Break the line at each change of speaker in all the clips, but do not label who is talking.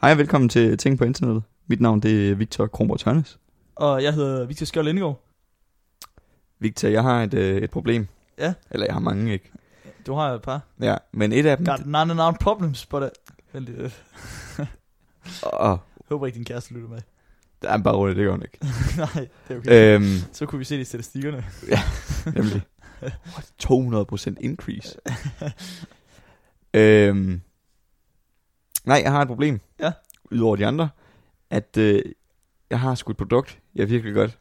Hej og velkommen til Ting på Internettet. Mit navn det er Victor Kronborg Tørnes.
Og jeg hedder Victor Skjold Indgaard.
Victor, jeg har et, øh, et problem.
Ja.
Eller jeg har mange, ikke?
Du har jo et par.
Ja, men et af dem...
Got 99 problems, but... Uh, vent lige. øh,
Åh,
håber ikke, din kæreste lytter med.
der er bare roligt, det gør hun ikke.
Nej, det er okay. Øh.
øhm,
Så kunne vi se det i statistikkerne.
nemlig. What, 200% increase. øhm, nej, jeg har et problem.
Ja.
Udover de andre. At øh, jeg har sgu et produkt, jeg virkelig godt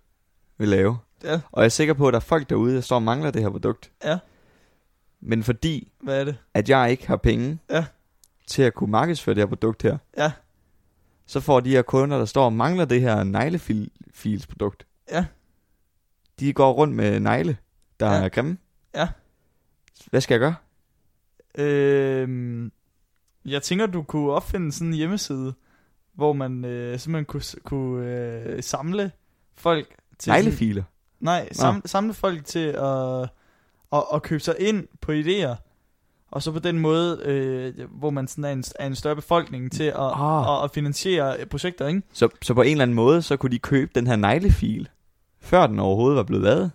vil lave.
Ja,
Og jeg er sikker på, at der er folk derude, der står og mangler det her produkt.
Ja.
Men fordi
hvad er det?
at jeg ikke har penge
Ja.
til at kunne markedsføre det her produkt her,
Ja.
så får de her kunder, der står og mangler det her neglefils produkt,
Ja.
de går rundt med negle, der
Ja.
er grimme.
Ja.
Hvad skal jeg gøre?
Øhm, jeg tænker, du kunne opfinde sådan en hjemmeside, hvor man øh, simpelthen kunne, s- kunne øh, samle folk til... sådan-
Neglefiler?
Nej, samle, samle folk til at, at, at købe sig ind på idéer, og så på den måde, øh, hvor man sådan er en, er en større befolkning til at,
Ah.
at, at finansiere øh, projekter, ikke?
Så, så på en eller anden måde, så kunne de købe den her neglefil, før den overhovedet var blevet lavet.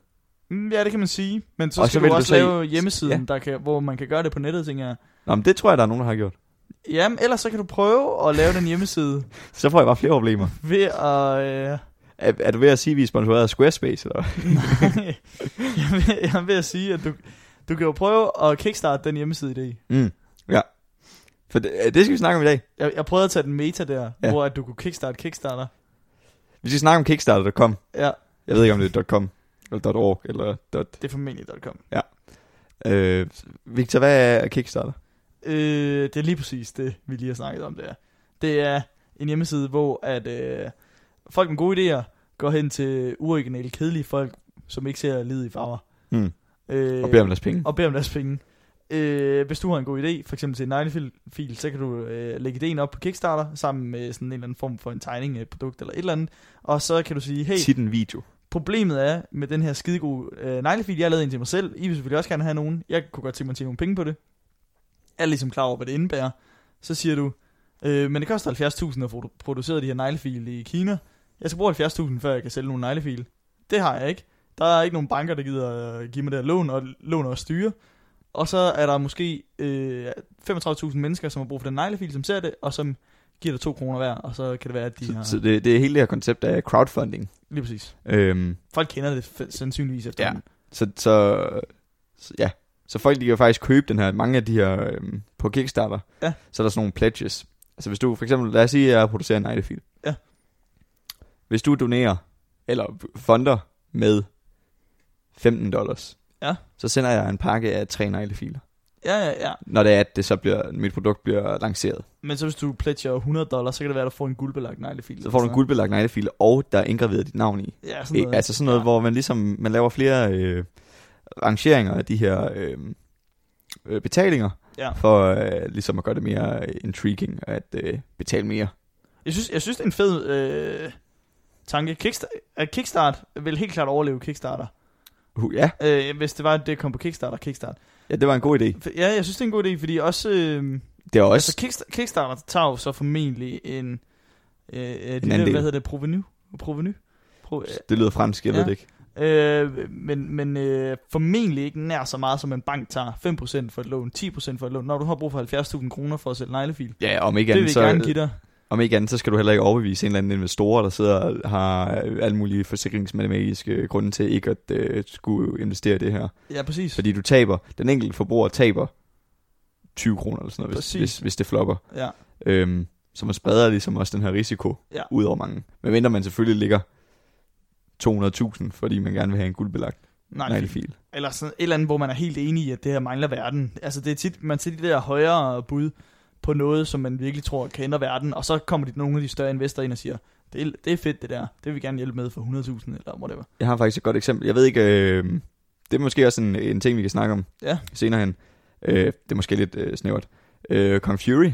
Mm, Ja, det kan man sige, men så
Og
og
så
skal
vil
du
du
også
så i-
lave hjemmesiden, ja. der kan, hvor man kan gøre det på nettet, tænker jeg.
Nå, men det tror jeg, der er nogen, der har gjort.
Jamen, ellers så kan du prøve at lave den hjemmeside
Så får jeg bare flere problemer.
ved at... Øh,
Er, er du ved at sige, at vi er sponsoreret af Squarespace? Eller? hvad?
Nej, jeg vil, jeg vil at sige, at du, du kan jo prøve at kickstarte den hjemmeside i dag.
Mm. Ja. For det, det skal vi snakke om i dag.
Jeg, jeg prøvede at tage den meta der,
Ja.
ja. hvor at du kunne kickstarte Kickstarter.
Vi skal snakke om Kickstarter.com.
Ja,
Jeg ved ikke, om det er .com, eller .org, eller dot,
det er formentlig .com.
øh, Victor, hvad er Kickstarter?
Øh, det er lige præcis det, vi lige har snakket om der. Det er en hjemmeside, hvor at, øh, folk med gode idéer går hen til uoriginale, kedelige folk, som ikke ser livet i farver.
Hmm.
Øh,
Og beder om deres penge.
og beder om deres penge. Øh, hvis du har en god idé, for eksempel til en neglefil, så kan du øh, lægge ideen op på Kickstarter, sammen med sådan en eller anden form for en tegning af et produkt eller et eller andet, og så kan du sige, hey,
Tit en video.
problemet er med den her skidegode øh, neglefil, jeg har lavet en til mig selv, I vil selvfølgelig også gerne have nogen, jeg kunne godt tænke mig at tjene nogle penge på det. Jeg er ligesom klar over, hvad det indebærer. Så siger du, øh, men det koster 70.000 at produ- producere de her neglefil i Kina. Jeg skal bruge 70.000, før jeg kan sælge nogle neglefil. Det har jeg ikke. Der er ikke nogen banker, der gider øh, give mig det her lån, og lån og styre. Og så er der måske øh, 35.000 mennesker, som har brug for den neglefil, som ser det, og som giver dig 2 kroner hver, og så kan det være, at de
Så,
har...
så det, det er hele det her koncept af crowdfunding.
Lige præcis.
Øhm,
Folk kender det f- sandsynligvis efter
Ja. så, så, så, ja. Så folk de kan faktisk købe den her, mange af de her øhm, på Kickstarter,
Ja.
så er der sådan nogle pledges. Altså hvis du for eksempel, lad os sige, at jeg producerer en neglefil.
Ja.
Hvis du donerer, eller fonder med 15 dollars,
Ja.
så sender jeg en pakke af tre neglefiler.
Ja, ja, ja.
Når det er, at det så bliver, mit produkt bliver lanceret.
Men så hvis du pledger 100 dollars, så kan det være, at du får en guldbelagt neglefil.
Så får du en guldbelagt neglefil, og der er indgraveret dit navn i.
Ja, sådan
Sådan
noget.
altså sådan noget,
Ja.
ja. hvor man ligesom man laver flere øh, rangeringer af de her øh, øh, betalinger,
Ja.
for øh, ligesom at gøre det mere øh, intriguing, at øh, betale mere.
Jeg synes, jeg synes det er en fed øh, tanke. Kickstart, at Kickstart vil helt klart overleve Kickstarter.
Uh, ja.
Øh, hvis det var, at det kom på Kickstarter. Kickstart.
ja, det var en god idé.
For- Ja, jeg synes, det er en god idé, fordi også... Øh,
Det er også,
altså, Kickstarter, Kickstarter tager jo så formentlig en... Øh, en lille,
andel.
hvad hedder det? Provenu? Provenu? Pro,
altså, det lyder fransk, jeg ja.
ja.
ved det ikke.
Øh, men men øh, formentlig ikke nær så meget, som en bank tager. 5% for et lån, 10% for et lån. Når du har brug for 70.000 kroner for at sælge neglefil,
Ja, om ikke,
det vil
andet,
vi gerne
så,
give dig.
om ikke andet, så skal du heller ikke overbevise en eller anden investor, der sidder og har øh, alle mulige forsikringsmatematiske grunde til ikke at øh, skulle investere i det her.
Ja, præcis.
Fordi du taber, den enkelte forbruger taber 20 kroner eller sådan noget, hvis,
Præcis.
hvis, hvis det flopper.
Ja,
Øhm, så man spreder ligesom også den her risiko
Ja.
ja. ud over mange. Men mindre man selvfølgelig ligger 200.000, fordi man gerne vil have en guldbelagt
nej, det er fint.
neglefil.
Eller sådan et eller andet, hvor man er helt enig i, at det her mangler verden. Altså, det er tit, man ser de der højere bud på noget, som man virkelig tror kan ændre verden, og så kommer de, nogle af de større investorer ind og siger, det er, det er fedt det der, det vil vi gerne hjælpe med for 100.000 eller whatever.
Jeg har faktisk et godt eksempel. Jeg ved ikke, øh, det er måske også en, en ting, vi kan snakke om
Ja.
senere hen. Øh, det er måske lidt øh, snævert. Øh, Kong Fury,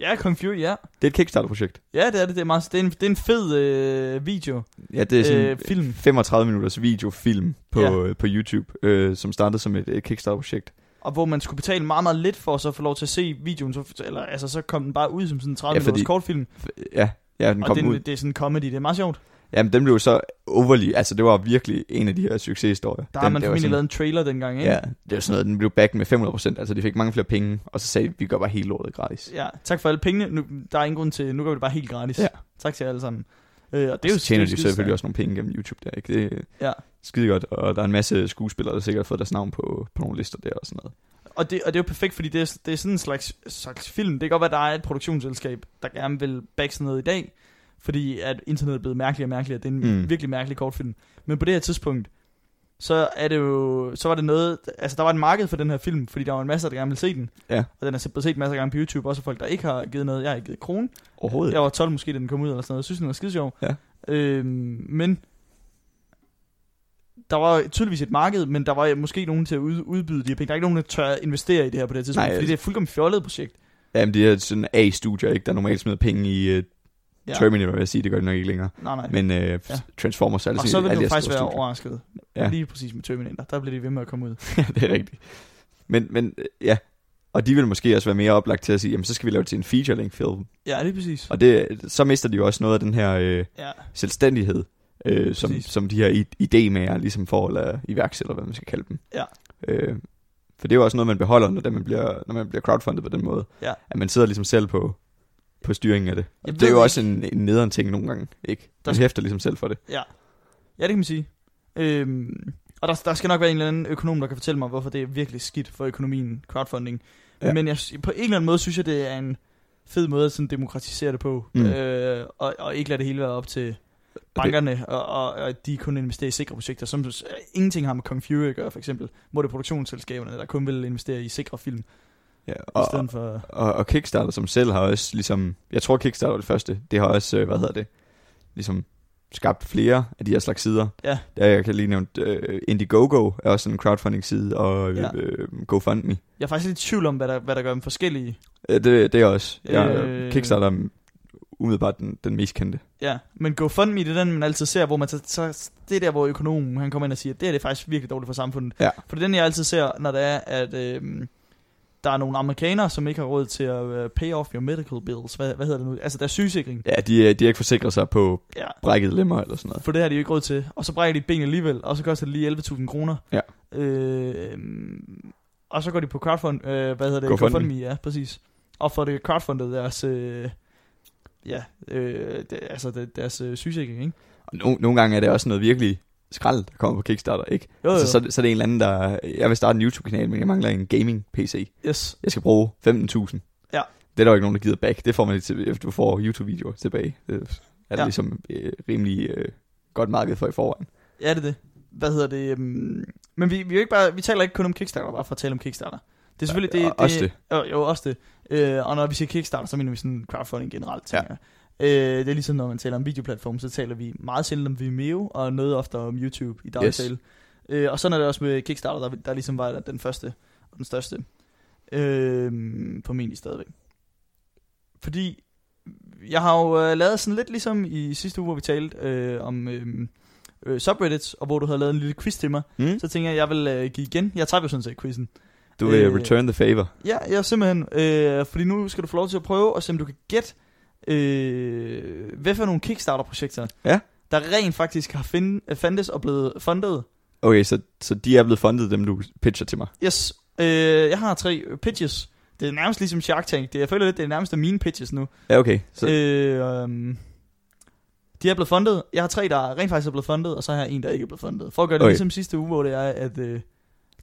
Ja, Kung Fury, ja.
det er et Kickstarter-projekt.
Ja, det er det. Det er, meget, det er, en, det er en fed øh, video.
Ja, det er sådan
Øh, film.
35 minutters videofilm på, øh,
Ja.
ja. på YouTube, øh, som startede som et, et Kickstarter-projekt.
og hvor man skulle betale meget, meget lidt for at så få lov til at se videoen, så, eller altså, så kom den bare ud som sådan en 30
Ja,
ja,
fordi
minutters kortfilm,
Ja, ja den
og
kom
det, er en-
ud.
det er sådan en comedy, det er meget sjovt.
Jamen, den blev så overly... Altså, det var virkelig en af de her succeshistorier. den,
Der har man
det var
formentlig
sådan-
lavet en trailer dengang, ikke?
Ja, det var sådan noget, den blev back med 500%, altså de fik mange flere penge, og så sagde de, vi gør bare hele lortet gratis.
ja. tak for alle pengene, nu, der er ingen grund til, nu gør vi det bare helt gratis.
Ja.
Tak til jer alle sammen. Øh, og
Det er jo,
det
så tjener
det
de selvfølgelig også nogle penge gennem YouTube der, ikke? Det er
Ja.
skide godt, og der er en masse skuespillere, der sikkert har fået deres navn på, på nogle lister der og sådan noget.
Og det, og det er jo perfekt, fordi det er, det er sådan en slags, slags film. Det kan godt være, der er et produktionsselskab, der gerne vil back sådan noget i dag, fordi at internettet er blevet mærkeligere og mærkeligere. Det er en
Mm.
mm. virkelig mærkelig kortfilm. Men på det her tidspunkt, så er det jo, så var det noget, altså der var et marked for den her film, fordi der var en masse, der gerne ville se den.
Ja.
Og den er blevet set masser af gange på YouTube, også af folk, der ikke har givet noget. Jeg har ikke givet kronen.
Overhovedet.
Jeg var 12 måske, da den kom ud, eller sådan noget. Jeg synes, den var skide sjov.
Ja.
Øhm, men der var tydeligvis et marked, men der var måske nogen til at ud, udbyde de her penge. Der er ikke nogen, der tør at investere i det her på det her tidspunkt,
Nej,
Nej, fordi
altså-
det er et fuldkommen fjollet projekt.
Jamen, det er sådan A-studier, ikke? Der normalt smider penge i uh,
Ja.
Terminator, vil jeg sige. Det gør de nok ikke længere.
Nej, nej. Men,
Men uh,
Ja.
Transformers er alle
og
sine-
så vil
alle
du
de her
faktisk
store
være
studier.
overrasket.
Ja.
Ja. Lige præcis med Terminator. Der blev de ved med at komme ud.
Ja, det er rigtigt. Men, men øh, ja, og de vil måske også være mere oplagt til at sige, jamen så skal vi lave det til en feature-length film.
Ja, lige præcis.
Og det, så mister de jo også noget af den her øh,
Ja.
selvstændighed, øh, som,
Præcis.
som de her i- idémager ligesom får, eller iværksætter, hvad man skal kalde dem.
Ja.
Øh, for det er jo også noget, man beholder, når det- man bliver, når man bliver crowdfundet på den måde.
Ja.
At man sidder ligesom selv på, på styringen af det. Og
Jeg
det er
ved
jo
ikke-
også en, en nederen ting nogle gange, ikke?
Der
Man
sk-
hæfter ligesom selv for det.
ja, det kan man sige. Øhm, og der, der skal nok være en eller anden økonom, der kan fortælle mig, hvorfor det er virkelig skidt for økonomien, crowdfunding.
Ja.
Ja. Men jeg, på en eller anden måde synes jeg, det er en fed måde at sådan demokratisere det på,
Mm.
mm. øh, og, og ikke lade det hele være op til bankerne, og, og, og at de kun investerer i sikre projekter, som øh, ingenting har med Kong Fury at gøre, for eksempel, hvor det er produktionsselskaberne, der kun vil investere i sikre film,
Ja,
og,
og,
i stedet for...
og, og Kickstarter som selv har også ligesom, jeg tror Kickstarter var det første, det har også, øh, hvad hedder det, ligesom skabt flere af de her slags sider.
Ja.
Der, jeg kan lige nævne, øh, Indiegogo er også sådan en crowdfunding side, og
Ja.
øh, GoFundMe.
Jeg er faktisk lidt i tvivl om, hvad der, hvad der gør dem forskellige.
Øh, det, det er også, jeg, øh...
Øh.
Kickstarter er umiddelbart den, den mest kendte.
Ja, men GoFundMe, det er den, man altid ser, hvor man så, så det er der, hvor økonomen han kommer ind og siger, at det her det er faktisk virkelig dårligt for samfundet.
Ja.
For det er den, jeg altid ser, når det er, at øhm, der er nogle amerikanere, som ikke har råd til at øh, pay off your medical bills. Hvad, hvad hedder det nu? Altså, der er sygesikring.
Ja, de, er- de har ikke forsikret sig på
Ja.
brækket lemmer eller sådan noget.
For det har de jo ikke råd til. Og så brækker de et ben alligevel, og så koster det lige 11.000 kroner.
Ja.
Øh, og så går de på crowdfund, øh, hvad hedder det?
GoFundMe.
ja, præcis. Og får det crowdfundet deres, øh, ja, øh, det, altså det, deres øh, sygesikring, ikke?
Og no, nogle gange er det også noget virkelig skrald, der kommer på Kickstarter, ikke?
Jo, jo.
Altså, så, så er det en eller anden, der... Jeg vil starte en YouTube-kanal, men jeg mangler en gaming-PC.
yes.
jeg skal bruge 15.000.
Ja.
Det er der jo ikke nogen, der gider back. Det får man til, efter du får YouTube-videoer tilbage. Det er der
Ja.
ligesom øh, rimelig øh, godt marked for i forvejen.
Ja, det er det. Hvad hedder det? øhm, Men vi, vi, er jo ikke bare, vi taler ikke kun om Kickstarter, bare for at tale om Kickstarter. Det er selvfølgelig...
Ja,
Det,
og også
det. Jo, jo, også det. Øh, og når vi siger Kickstarter, så mener vi sådan crowdfunding generelt, tænker ja. jeg. Øh, det er ligesom, når man taler om videoplatform, så taler vi meget sjældent om Vimeo, og noget oftere om YouTube i daglig
Yes.
yes. tale. Øh, og sådan er det også med Kickstarter, der, der ligesom var den første og den største. Øh, formentlig stadigvæk. Fordi jeg har jo øh, lavet sådan lidt ligesom i sidste uge, hvor vi talte øh, om øh, øh, subreddits, og hvor du havde lavet en lille quiz til mig.
Mm.
Så tænker jeg, jeg vil øh, give igen. Jeg tager jo sådan set quizzen.
Du vil øh,
Øh,
return the favor.
Ja, jeg er simpelthen, øh, fordi nu skal du få lov til at prøve, og se om du kan gætte, øh, hvad for nogle Kickstarter-projekter,
Ja.
der rent faktisk har find, fandtes og blevet fundet.
Okay, så, så de er blevet fundet, dem du pitcher til mig.
Yes, øh, jeg har tre øh, pitches. Det er nærmest ligesom Shark Tank. Det, jeg føler lidt, det er nærmest mine pitches nu.
Ja, okay. Så,
Så.
øh,
Øh, øhm, de er blevet fundet. Jeg har tre, der rent faktisk er blevet fundet, og så har jeg en, der ikke er blevet fundet. For at gøre det
Okay.
okay. ligesom sidste uge, hvor det er, at øh,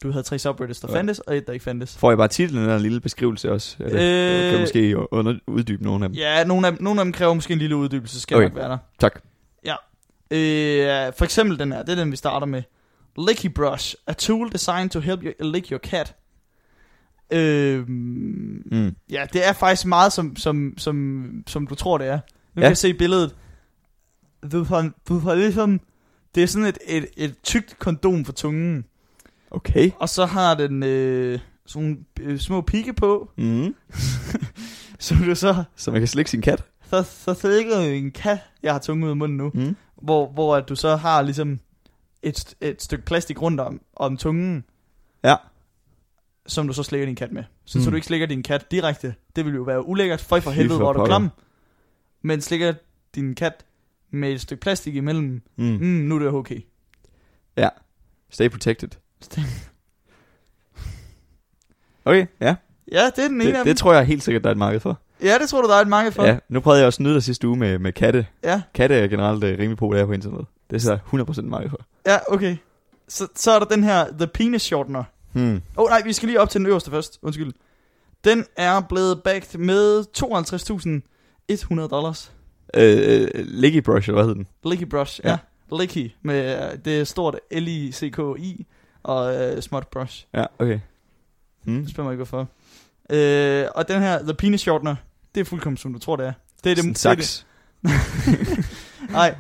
du havde tre subreddits, der
Okay.
okay. fandtes, og et, der ikke fandtes.
får jeg bare titlen eller en lille beskrivelse også? Eller, øh, kan du måske under, uddybe nogle af dem?
Ja, nogle af, nogle af dem kræver måske en lille uddybelse, skal
Okay.
okay. nok være der.
Tak.
Ja. Øh, for eksempel den her, det er den, vi starter med. Licky Brush, a tool designed to help you lick your cat. Øh,
Mm.
ja, det er faktisk meget, som, som, som, som du tror, det er. Nu
Ja.
kan jeg se billedet. Du har, du har ligesom... Det er sådan et, et, et tykt kondom for tungen.
Okay.
Og så har den øh, sådan nogle, øh, små pigge på,
Mm.
som du så
Så man kan slikke sin kat.
så, så slikker du en kat, jeg har tungen ud af munden nu,
Mm.
hvor, hvor at du så har ligesom et, et stykke plastik rundt om, om tungen.
Ja.
som du så slikker din kat med. Så, mm. så
Mm.
du ikke slikker din kat direkte. Det ville jo være ulækkert. Føj for
Fy
helvede,
for
hvor er du
pokker.
klam. Men slikker din kat med et stykke plastik imellem,
Mm.
mm, nu er det okay.
Stay protected.
Stay-
Okay, ja.
Ja, det er den ene af
Det,
dem.
det tror jeg helt sikkert, der er et marked for.
ja, det tror du, der er et marked for.
Ja, nu prøvede jeg også at nyde dig sidste uge med, med katte.
ja.
Katte er generelt uh, rimelig populære på internettet. Det er så 100% marked for.
Ja, okay. Så, så er der den her The Penis Shortener.
Hmm.
Åh oh, nej, vi skal lige op til den øverste først. Undskyld. Den er blevet backed med 52.100 dollars.
Øh, øh, Liggy Brush, eller hvad hed den?
Licky brush, ja.
Ja.
ja. Licky med øh, det er stort L-I-C-K-I og øh, småt brush.
Ja, okay. Hmm.
Det spørger mig ikke, hvorfor. Øh, og den her The Penis Shortener, det er fuldkommen som du tror, det er. Det er det,
Sådan en
det, er det,
saks.
Nej,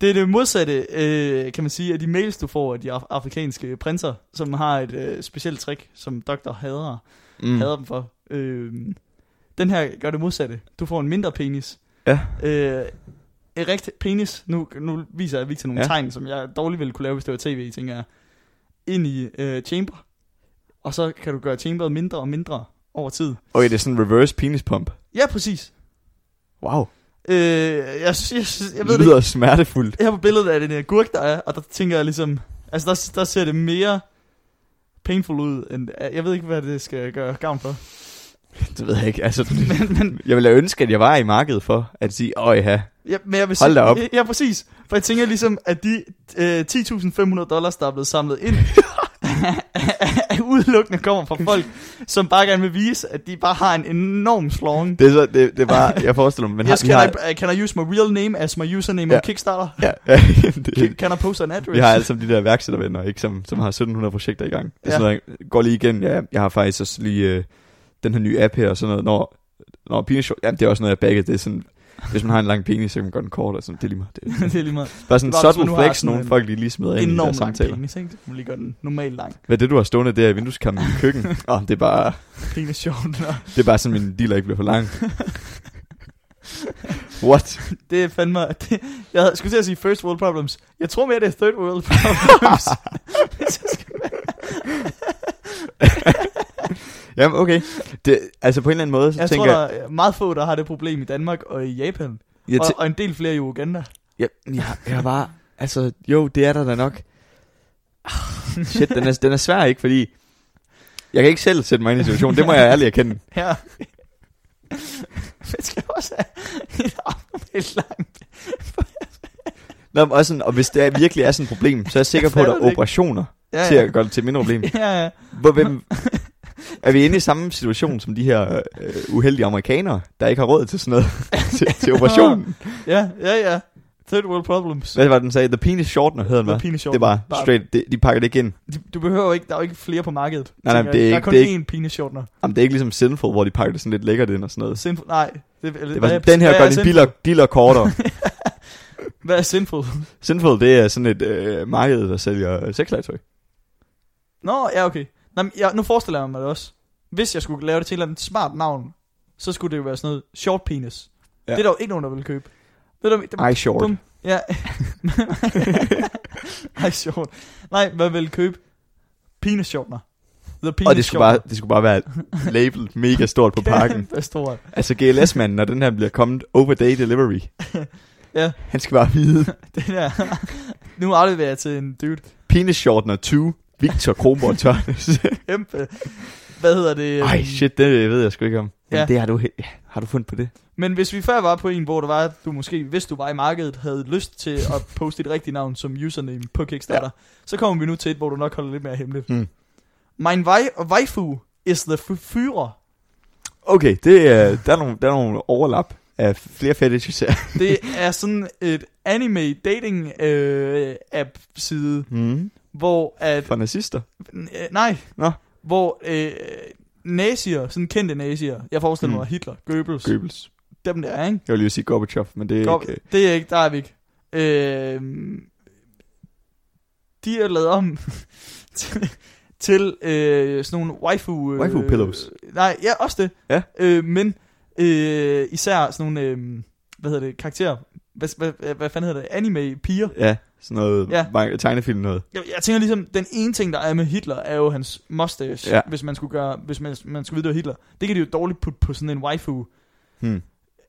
det er det modsatte, øh, kan man sige, af de mails, du får af de af- afrikanske prinser, som har et øh, specielt trick, som doktor hader, mm.
Mm.
hader dem for. Øh, den her gør det modsatte. Du får en mindre penis.
Ja.
Øh, en rigtig penis, nu, nu viser jeg Victor nogle ja.
Ja.
tegn, som jeg dårligt ville kunne lave, hvis det var tv, tænker jeg, ind i øh, chamber. Og så kan du gøre chamberet mindre og mindre over tid.
Okay, det er sådan en reverse penis pump.
Ja, præcis.
Wow,
Øh, jeg, synes- jeg, synes- jeg ved
det
det
lyder smertefuldt.
her på billedet er det en agurk, der er, og der tænker jeg ligesom, altså der, der ser det mere painful ud, end, jeg ved ikke, hvad det skal gøre gavn for.
Det ved jeg ikke. Altså,
Men, men,
jeg ville da ønske, at jeg var i markedet for at sige, åh ja,
ja, men jeg vil
Hold da op.
Ja, præcis. For jeg tænker ligesom, at de øh, 10.500 dollars, der er blevet samlet ind, udelukkende kommer fra folk, som bare gerne vil vise, at de bare har en enorm slong.
det er, så, det, det er bare, jeg forestiller mig, men
Yes,
vi
can,
har,
I, uh, can I use my real name as my username
Ja.
on Kickstarter?
ja, ja,
Can,
det,
can I post an address?
vi har altså- alle sammen de der værksættervenner, ikke, som, som har 1700 projekter i gang. Det er sådan noget, jeg går lige igen, ja, jeg har faktisk også lige øh, den her nye app her, og sådan noget, når, når penis show, jamen det er også noget, jeg bagger, det er sådan, hvis man har en lang penis, så kan man gøre den kort, og sådan, det er lige meget. Det,
det er lige meget.
bare sådan
Bare
en
hvis man nu
sådan
har
flex,
sådan
nogle
en
folk lige, lige smider ind i
Enorm
deres
lang
samtaler.
penis, ikke? Det kunne lige gøre den normal lang.
Hvad er det, du har stående der i vindueskampen i køkken? Åh, oh, det er bare...
Penis sjovt.
Det er bare sådan, min dealer ikke bliver for lang. What?
Det er fandme... Det, jeg havde- skulle til at sige first world problems. Jeg tror mere, det er third world problems. Hvis jeg skal være-
Jamen, okay. Det, altså, på en eller anden måde, så
jeg
tænker
tror,
jeg...
der er meget få, der har det problem i Danmark og i Japan.
Jeg,
Og,
tæ-
og en del flere i Uganda.
jeg, jeg, jeg var... Altså, jo, det er der da nok. Ah, Shit, den er, den er svær, ikke? Fordi... Jeg kan ikke selv sætte mig ind i situationen. Det må jeg ærligt erkende.
Ja. Man skal også have en abnormalt lang...
Nå, men også sådan, og hvis det er, virkelig er sådan et problem, så er jeg sikker på, at der
fatter det
er
ikke.
operationer
Ja,
til at gøre det til et mindre problem.
ja, ja.
Hvor, hvem, er vi inde i samme situation som de her øh, uheldige amerikanere, der ikke har råd til sådan noget, til, til operationen?
Ja, ja, ja. Third world problems.
Hvad var det, den sagde? The penis shortener hedder den, hvad?
Penis
Det er bare straight, det, de pakker det ikke ind.
Du behøver ikke... Der er jo ikke flere på markedet.
nej,
tænker
det er
jeg.
ikke- det
Der
er
er kun én penis shortener.
Jamen, det er ikke ligesom Sinful, hvor de pakker det sådan lidt lækkert ind og sådan noget.
Sinful... Nej. Det, eller,
Det var
hvad
sådan,
er-
den her
hvad
gør
er
din
sinful?
dealer, dealer kortere.
Hvad er sinful?
Sinful, det er sådan et øh, marked, der sælger sexlegetøj.
Nå, ja, okay. Nå, men jeg, nu forestiller jeg mig det også. Hvis jeg skulle lave det til et eller andet smart navn, så skulle det jo være sådan noget short penis. Ja.
Ja.
Det er der jo ikke nogen, der vil købe. Ved du, det,
Ej, short.
Bum. ja. Ej, short. Nej, hvad vil købe? Penis shortner. The penis
Og det skulle, bare, det skulle bare være label mega stort på pakken.
Hvad står der?
Altså GLS-manden, når den her bliver kommet over day delivery.
Ja.
Han skal bare vide.
Den der. nu afleverer jeg til en dude.
Penis shortener 2, Victor Kronborg Tørnes.
Kæmpe. Hvad hedder det? Øhm,
Ej, shit, det ved jeg sgu ikke om. Men
Ja.
ja. det har du, he- har du fundet på det?
Men hvis vi før var på en, hvor der var, at du måske, hvis du var i markedet, havde lyst til at poste dit rigtige navn som username på Kickstarter, ja. så kommer vi nu til et, hvor du nok holder lidt mere hemmeligt.
Mm.
Mein wei- waifu is the f- Führer.
Okay, det, er, der, er nogle, der er nogle overlap af flere fetishes her.
Det er sådan et anime dating øh, app side,
Mm.
hvor at...
For nazister.
Øh, nej.
Nå.
Hvor øh, nazier, sådan kendte nazier, jeg forestiller
Mm.
mig Hitler, Goebbels, Goebbels,
Goebbels.
dem der, ikke?
Jeg vil lige sige Gorbachev, men det er
Godt,
Gorb- ikke...
det er ikke, der er vi ikke. Øh, de er lavet om til, til øh, sådan nogle waifu... Øh,
Waifu pillows.
Nej, ja, også det.
Ja.
Øh, men øh, især sådan nogle, øh, hvad hedder det, karakterer, hvad, hvad, hvad, hvad fanden hedder det, anime-piger,
Øh, ja, Sådan noget
Ja.
ja. tegnefilm noget.
Jeg, jeg tænker ligesom, den ene ting, der er med Hitler, er jo hans mustache, ja.
Ja.
hvis man skulle gøre, hvis man, man skulle vide, det var Hitler. Det kan de jo dårligt putte på sådan en waifu
Hmm.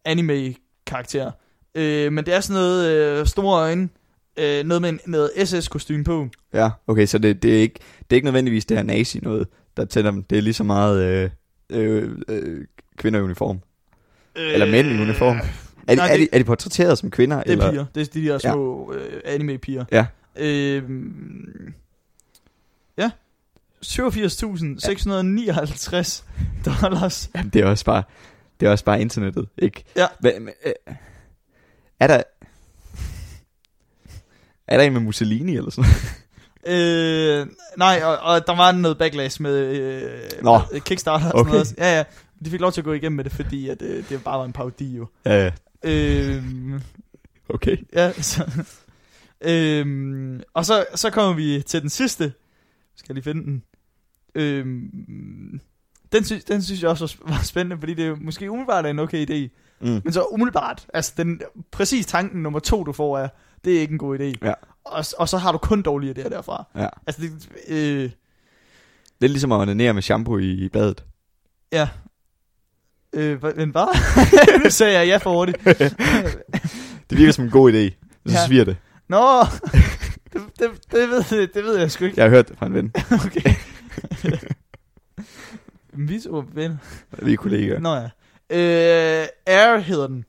anime-karakter. Øh, men det er sådan noget øh, store øjne, øh, noget med en, noget SS-kostume på.
Ja, okay, så det, det, er ikke, det er ikke nødvendigvis det her nazi noget, der tænder dem. Det er lige så meget øh, øh, øh, kvinder i uniform.
Øh,
Eller mænd i uniform. Er,
nej,
de, er,
det-
de, er de portrætteret som kvinder?
Det er
eller?
piger. Det er de der små øh, anime-piger.
Ja.
Øhm, ja. 87.659 dollars.
Jamen, det er også bare, det er også bare internettet, ikke?
Ja.
Hva, men, øh, er der... Er der en med Mussolini eller sådan noget?
Øh, nej, og, og der var noget backlash med, øh,
Nå.
med Kickstarter og sådan
Okay.
noget. også. Ja, ja. De fik lov til at gå igennem med det, fordi at, øh, det bare var en parodi jo.
Ja,
Øh,
okay.
ja, så... Øhm, og så, så kommer vi til den sidste. Jeg Skal jeg lige finde den? Øhm, den, sy- den synes jeg også var sp- var spændende, fordi det er jo måske umiddelbart er en okay idé.
Mm.
Men så umiddelbart, altså den præcis tanken nummer to, du får, er, det er ikke en god idé.
Ja.
Og, s- og så har du kun dårlige idéer derfra.
Ja.
Altså, det, øh,
Det er ligesom at ordinere med shampoo i, i badet.
øh, hva- men hvad? nu sagde jeg ja for hurtigt.
Det virker som en god idé. Jeg
Ja.
synes, ja. det.
Nå, det, det, det, ved, det ved jeg sgu ikke.
Jeg har hørt det fra en ven.
Okay. Vi to venner.
Vi er kollegaer.
Nå ja. Øh, Air hedder den.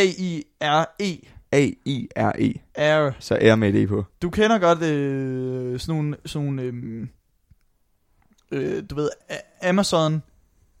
A-I-R-E.
A-I-R-E.
E. Air.
Så er med et E på.
Du kender godt øh, sådan nogle, sådan nogle øh, øh, du ved, A- Amazon,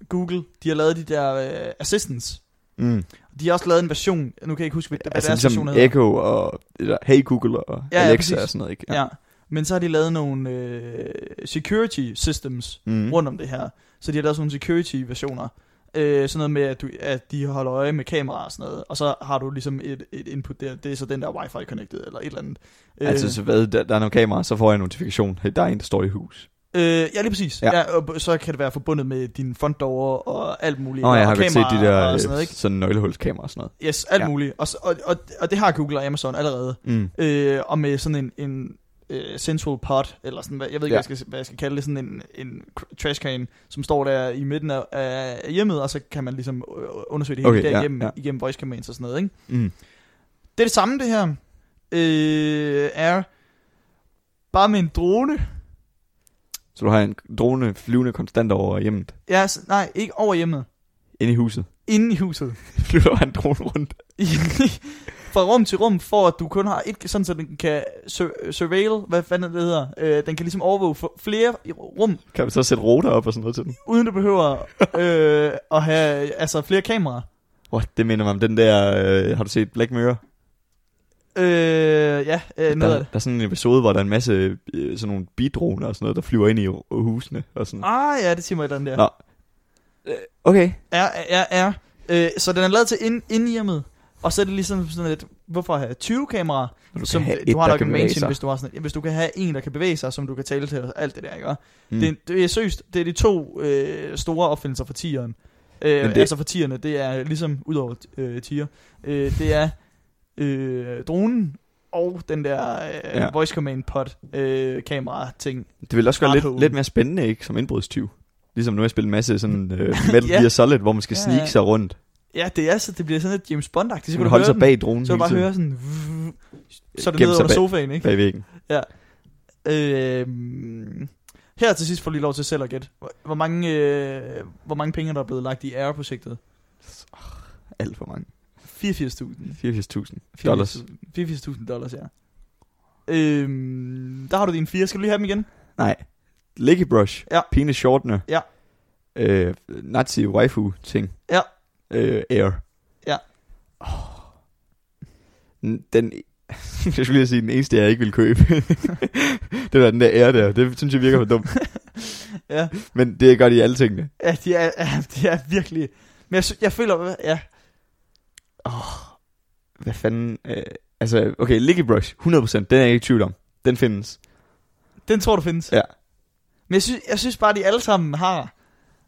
Google, de har lavet de der øh, assistants.
Mm.
De har også lavet en version, nu kan jeg ikke huske, hvad, hvad
Altså
deres
ligesom
version hedder.
Echo og eller, Hey Google og
Ja,
ja,
ja,
Alexa
præcis.
og sådan noget, ikke?
Ja. Men så har de lavet nogle øh, security systems,
Mm.
mm. rundt om det her. Så de har lavet sådan nogle security-versioner. Øh, sådan noget med, at, du, at de holder øje med kameraer og sådan noget. Og så har du ligesom et, et input der. Det er så den der wifi-connected eller et eller andet. Øh,
Altså, så hvad, der, der er nogle kameraer, så får jeg en notifikation. Hey, der er en, der står i hus.
øh, ja, lige præcis. Ja.
Ja.
Ja, og b- så kan det være forbundet med dine frontdover og alt muligt.
Nå, jeg
og
har godt set de
kameraer
der
og sådan noget,
sådan,
ikke?
sådan nøglehulskameraer og sådan noget.
Yes, alt ja.
Ja.
muligt. Og, så- og, og, og det har Google og Amazon allerede.
Mm.
Øh, og med sådan en... en øh, central pot, eller sådan, hvad- jeg ved ikke, ja.
Ja.
hvad, jeg skal, hvad jeg skal kalde det, sådan en, en cr- trashcan, som står der i midten af, af hjemmet, og så kan man ligesom øh, undersøge det hele
Okay,
okay, der
ja,
igennem, ja.
ja.
igennem voice commands og sådan noget, ikke?
Mm.
Det er det samme, det her, øh, er bare med en drone,
Så du har en drone flyvende konstant over hjemmet,
ja, s- nej, ikke over hjemmet,
inde i huset.
inde i huset,
Flyver en drone rundt.
I- fra rum til rum, for at du kun har et, sådan så den kan sur- surveille, hvad fanden det hedder, øh, den kan ligesom overvåge for- flere i rum,
Kan man så sætte ruter op og sådan noget til den?
uden du behøver øh, at have øh, altså, flere kameraer.
What, det minder mig om den der, øh, har du set Black Mirror?
Øh, ja, øh, noget
der,
af det.
der er sådan en episode, hvor der er en masse øh, sådan nogle bidroner og sådan noget, der flyver ind i hu- husene og sådan.
Ah, ja, det siger mig et eller andet der.
Nå. Okay.
Ja, ja, ja. Øh, så den er lavet til ind, ind i hjemmet. Og så er det ligesom sådan lidt, hvorfor have 20 kameraer,
Du
som
have
du har
der
nok
kan
en
bevæge
mansion,
sig.
hvis du har sådan, hvis du kan have en, der kan bevæge sig, som du kan tale til, og alt det der, ikke? Mm.
Mm.
Det, det, er seriøst, det er de to øh, store opfindelser for tieren. Øh,
Men
det...
det-
Altså for tierne, det er ligesom, udover øh, tier, øh, det er øh, dronen og den der øh, ja.
Ja.
voice command pod øh, kamera ting.
Det ville også gøre
Smartphone.
lidt, lidt mere spændende, ikke? Som indbrudstyv. Ligesom nu har jeg spillet en masse sådan øh, Metal
Ja.
Gear Solid, hvor man skal
Ja, ja.
snige sig rundt.
Ja, det er så det bliver sådan et James Bond agtigt. Så
Så
kan
man
du
holde
høre
sig
den,
bag dronen
så kan du bare
hele
høre
tiden.
sådan så er det
Gemme
nede
sig
under
bag-
sofaen, ikke?
Bag væggen.
Øhm, her til sidst får du lige lov til selv at gætte. Hvor- Hvor mange, øh, hvor mange penge der er blevet lagt i Air-projektet?
Alt for mange.
84.000.
84.000 dollars.
84.000 dollars, ja. Øhm, der har du dine fire. Skal du lige have dem igen?
Nej. Licky brush.
Ja.
Penis shortener.
Ja.
Øh, Nazi waifu ting.
Ja.
Øh, air.
Ja.
Oh. Den... e- jeg skulle lige sige, den eneste, jeg ikke vil købe. det var den der air der. Det synes jeg virker for dumt.
Ja.
Men det er godt i alle tingene.
Ja, de er, ja, de er virkelig... Men jeg, sy- jeg føler... Ja,
Hvad fanden... Øh, altså, okay, Licky brush. 100%. Den er jeg ikke i tvivl om. Den findes.
den tror du findes.
Ja.
Men jeg synes, jeg synes bare, de alle sammen har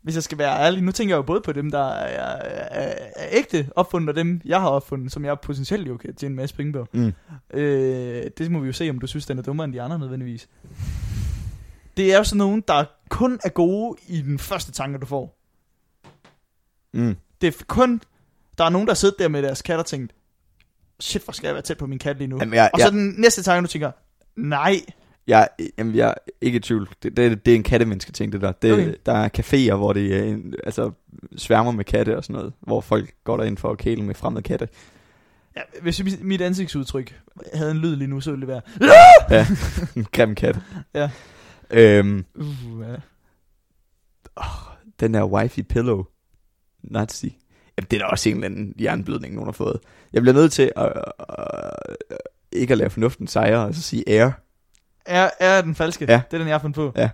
hvis jeg skal være ærlig, nu tænker jeg jo både på dem, der er, er, er, er ægte opfundet, og dem, jeg har opfundet, som jeg potentielt jo kan tjene en masse penge på.
Mm.
Øh, det må vi jo se, om du synes, den er dummere end de andre nødvendigvis. Det er jo sådan nogen, der kun er gode i den første tanke, du får.
Mm.
Det er kun, der er nogen, der sidder der med deres kat og tænkt, shit, hvor skal jeg være tæt på min kat lige nu.
Jamen, jeg,
og så
jeg,
den næste tanke, du tænker, nej,
jeg, jamen, jeg er ikke i tvivl. Det, det, det er en kattemenneske ting, det der. Det,
Okay.
okay. Der er caféer, hvor det er en, altså, sværmer med katte og sådan noget. Hvor folk går derind for at kæle med fremmede katte.
ja, hvis mit- mit ansigtsudtryk havde en lyd lige nu, så ville det være,
Ja, en grim kat.
Ja.
Øhm,
uh, ja.
den der wifey pillow. Nazi. Jamen, det er da også en eller anden jernblødning, nogen har fået. Jeg bliver nødt til at, at, at, at ikke at lade fornuften sejre, og så sige air.
Er, er den falske?
Ja.
Det er den, jeg har fundet på.
Ja.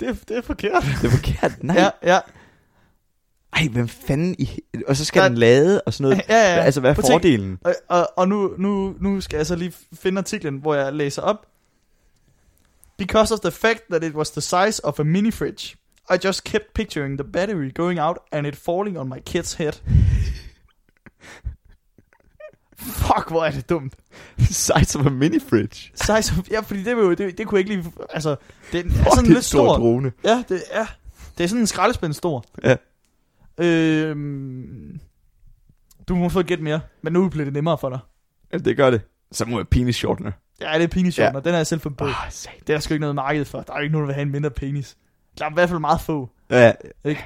Det, er- det er forkert.
Det er forkert. Nej.
Ja, ja.
Ej, hvem fanden i... Og så skal
Der-
den lade og sådan noget.
ja, ja.
Altså, hvad er
Prøv at tænke-
fordelen?
Og, og, og nu, nu, nu skal jeg så lige finde artiklen, hvor jeg læser op. Because of the fact that it was the size of a mini fridge, I just kept picturing the battery going out and it falling on my kid's head. Fuck, hvor er det dumt.
Size som en mini-fridge.
Size of, ja, fordi det, var jo- det, det kunne jeg ikke lige... Altså, det er
Fuck,
sådan
det er
lidt
en stor
stor.
drone.
Ja, det er. Det er sådan en skraldespand stor.
Ja.
Øhm, du må få et gæt mere, men nu bliver det nemmere for dig.
Jamen, det gør det. Så må jeg penis shortener.
Ja, det er penisjorden, ja. den er jeg selv fundet på.
Ah, sat.
Det er der sgu ikke noget marked for. Der er jo ikke nogen, der vil have en mindre penis. Der er i hvert fald meget få. Tænk,
Ja.
Ikke?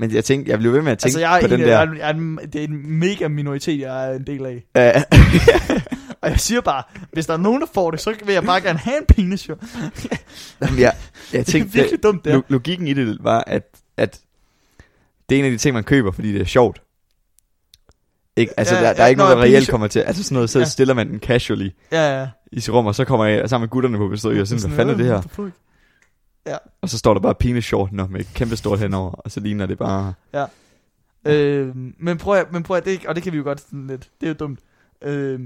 Men jeg tænkte, jeg blev ved med at tænke
altså, jeg er
på den
en,
der...
Jeg er, jeg er en, det er en mega minoritet, jeg er en del af.
Ja.
Og jeg siger bare, hvis der er nogen, der får det, så vil jeg bare gerne have en penis, jo. Det
Jamen, jeg, jeg
er
tænkte,
virkelig dumt, det
det,
her.
lo- logikken i det var, at, at det er en af de ting, man køber, fordi det er sjovt. Ikke? Altså,
Ja,
der, der
ja,
er ikke
nå,
noget, der
penis-
reelt kommer til. Altså sådan noget, så
Ja.
stiller man den casually
Ja, ja.
i sit rum, og så kommer jeg sammen med gutterne på besøg, og sådan, hvad fanden er det her?
her?
Og så står der bare penis shortener med et kæmpe stort henover, og så ligner det bare...
Øh, men prøv at, men prøv at det, og det kan vi jo godt sådan lidt, det er jo dumt. Øh,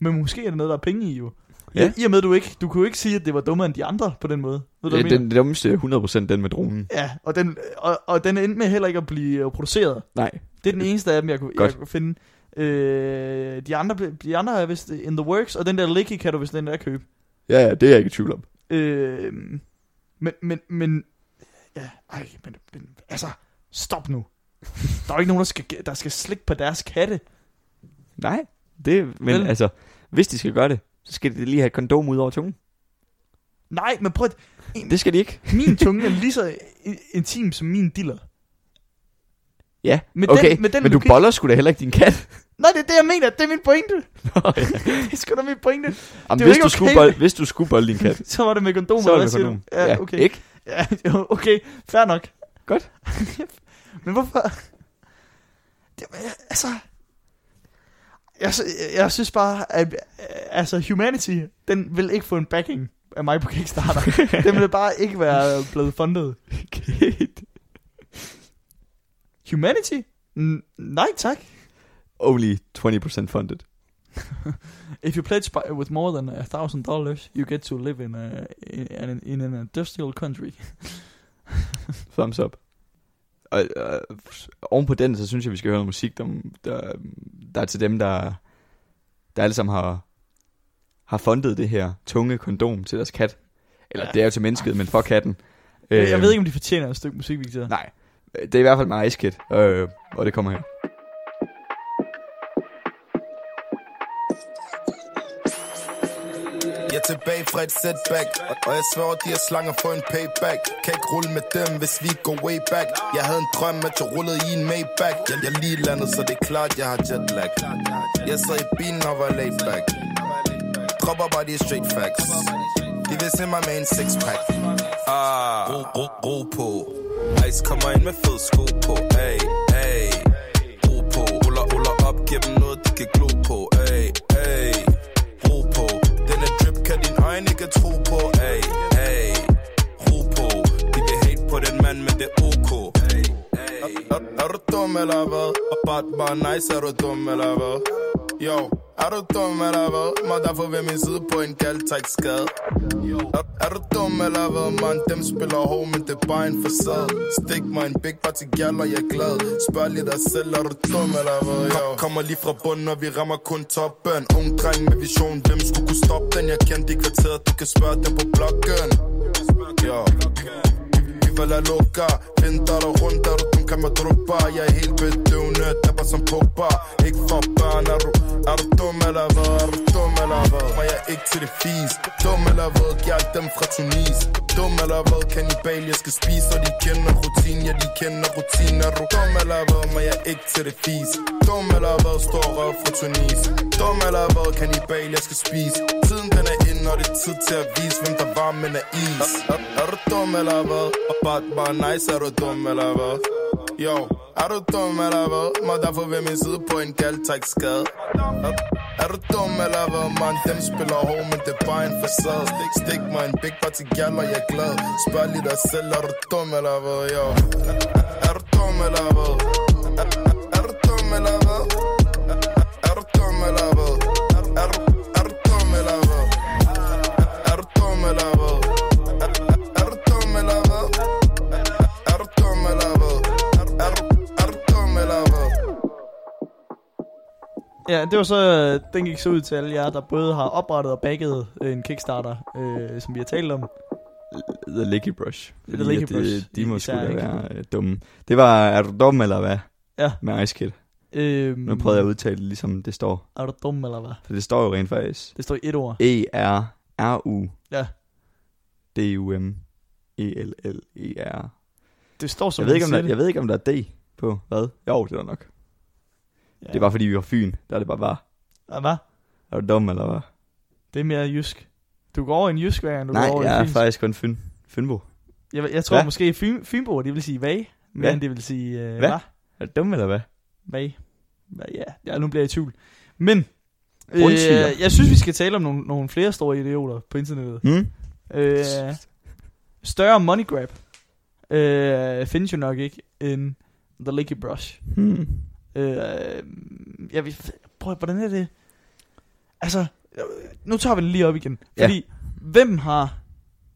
men måske er det noget, der er penge i jo. Ja.
Ja.
I, I og med, du ikke, du kunne jo ikke sige, at det var dummere end de andre på den måde. Ved du,
Det,
hvad jeg mener?
Øh, den det dummeste 100% den med dronen.
Ja, og den, og, og den endte med heller ikke at blive øh, produceret.
Nej.
Det er den eneste af dem, jeg kunne, jeg
Godt.
kunne finde. Øh, de, andre, blev- de andre er vist in the works, og den der Licky kan du vist den der købe.
Ja, ja, det er jeg ikke i tvivl om.
Øh, men, men, men, ja, ej, men, men, altså, stop nu. Der er jo ikke nogen, der skal, der skal slikke på deres katte.
Nej, det, men
Vel?
Vel? altså, hvis de skal gøre det, så skal de lige have et kondom ud over tungen.
Nej, men prøv at,
Det skal de ikke.
min tunge er lige så i- intim som min diller.
Ja,
Med
okay,
den- med den
men
logik-
du boller sgu da heller ikke din kat.
Nej, det er det, jeg mener, det er min pointe.
Nå, ja.
Det er sgu da min pointe.
Jamen,
Det er jo
hvis,
ikke
du
okay.
skulle bolle, hvis du skulle bolle din kat,
Så var det med kondomer,
så er
hvad
det
siger du?
kondom.
Ja, okay.
Ikke?
Ja, jo, okay, fair nok.
Godt.
Men hvorfor? Det, altså... Jeg, sy- jeg synes bare, at øh, altså, humanity, den vil ikke få en backing af mig på Kickstarter. den vil bare ikke være blevet fundet. Humanity? N- nej tak.
Only 20% funded.
If you pledge by, with more than a thousand dollars, you get to live in, a, in, in an industrial country.
Thumbs up. Og, og oven på den, så synes jeg, vi skal høre noget musik, der, der, der er til dem, der, der alle sammen har, har fundet det her tunge kondom til deres kat. Eller
Ja.
ja. det er jo til mennesket, men for katten. Øhm,
Øh, jeg ved ikke, om de fortjener et stykke musik, Victor.
Nej, det er i hvert fald meget Ice Kid, øh, og det kommer her.
Jeg er tilbage fra et setback og- Og jeg sværger, de er slanger for en payback Kan ikke rulle med dem, hvis vi går way back Jeg havde en drøm, at jeg rullede i en Maybach Jeg, jeg lige landet, så det er klart, jeg har jetlag Jeg sad i bilen og var laid back Dropper bare de straight facts De vil se mig med en six pack Ah, ro, ro, ro på Ice kommer ind med fed sko på Ay, ay Ro på, ruller, ruller op, giv dem noget, de kan glo på Ay, ay ro på Denne drip kan din øjne ikke tro på Ay, ay, ro på De vil hate på den mand, men det er ok Ay, ay. Er, er du dum eller hvad? Batman, nice, er du dum eller hvad? Yo Er du dum eller hvad? Må derfor ved min side på en kaldtræk skade er, er du dum eller hvad, man? Dem spiller hård, men det er bare en facade Stik mig en big party gal, og jeg er glad Spørg lige dig selv, er du dum eller hvad, yo? Kommer lige fra bunden, og vi rammer kun toppen Ung dreng med vision, hvem skulle kunne stoppe den? Jeg kendte i kvarteret, du kan spørge dem på blokken Yo. Vi falder loka, vinter og rundt, er du dum, kan man droppe Jeg er helt bedøvende, tapper som popper Ikke for børn, er du, er du dum eller hvad, er du dum eller hvad Kommer jeg ikke til det fis, dum eller hvad, giver alt dem fra Tunis Dum eller hvad, kanibal, jeg skal spise, og de kender rutin, ja de kender rutin Er du dum eller hvad, men jeg er ikke til det fis Dum eller hvad, står røv fra Tunis Dum eller hvad, kanibal, jeg skal spise Tiden den er inde, og det er tid til at vise, hvem der var, men er is er, er, er du dum eller hvad, og bare bare nice, er du dum eller hvad Yo, er du dum eller hvad, må derfor ved min side på en kaldtræk skade er, er du dum eller hvad, man? Dem spiller hård, men det er bare en facade Stik, stik mig en big party gal, og jeg er glad Spørg lige dig selv, er du dum eller hvad, yo? Er, er, er du dum eller hvad? Er, er, er du dum eller hvad? Er, er, er du dum eller hvad? Er, er, er du dum eller hvad? Er, er du dum eller hvad? Er, er, er du dum eller hvad? Er, er, er du dum eller hvad? Er, er, er du dum eller hvad?
Ja, det var så, øh, den gik så ud til alle jer, der både har oprettet og bagget øh, en Kickstarter, øh, som vi har talt om.
The Licky Brush.
The
Fordi
Licky
at,
Brush,
øh, De må sgu
især,
da
ikke?
være øh, dumme. Det var, er du dum eller hvad?
Ja.
Med Ice Kid.
Øhm,
Nu prøvede jeg at udtale det, ligesom det står.
Er du dum, eller hvad?
For det står jo rent faktisk.
Det står i et ord.
E E-R-R-U.
Ja.
D-U-M. E E-L-L-E-R.
Det står som
Jeg ved, ikke, om
man
der,
siger
jeg ved ikke, om der er D på hvad? Jo, det er der nok.
det.
Det er bare, fordi vi var Fyn. Der er det bare bare.
Ja, hvad?
Er du dum, eller hvad?
Det er mere jysk. Du går over i en jysk hver gang, du
Nej,
går over
jeg
i en
er
fynsk.
faktisk kun Fyn. Fynbo.
Jeg, jeg tror
Hva?
måske, fyn, fynboer, det vil sige hvad, men
Hva?
det vil sige øh,
Hva?
hvad?
Er du dum, eller hvad?
Hvad? Hvad? Ja, ja, nu bliver jeg i tvivl. Men, øh,
Rundsiger.
jeg synes, vi skal tale om nogle, nogle flere store idioter på internettet.
Hmm?
Øh, større money grab øh, findes jo nok ikke end The Licky Brush.
Hmm.
Øh, jeg vil, prøv, hvordan er det? Altså, øh, nu tager vi den lige op igen.
Ja.
Fordi, hvem har,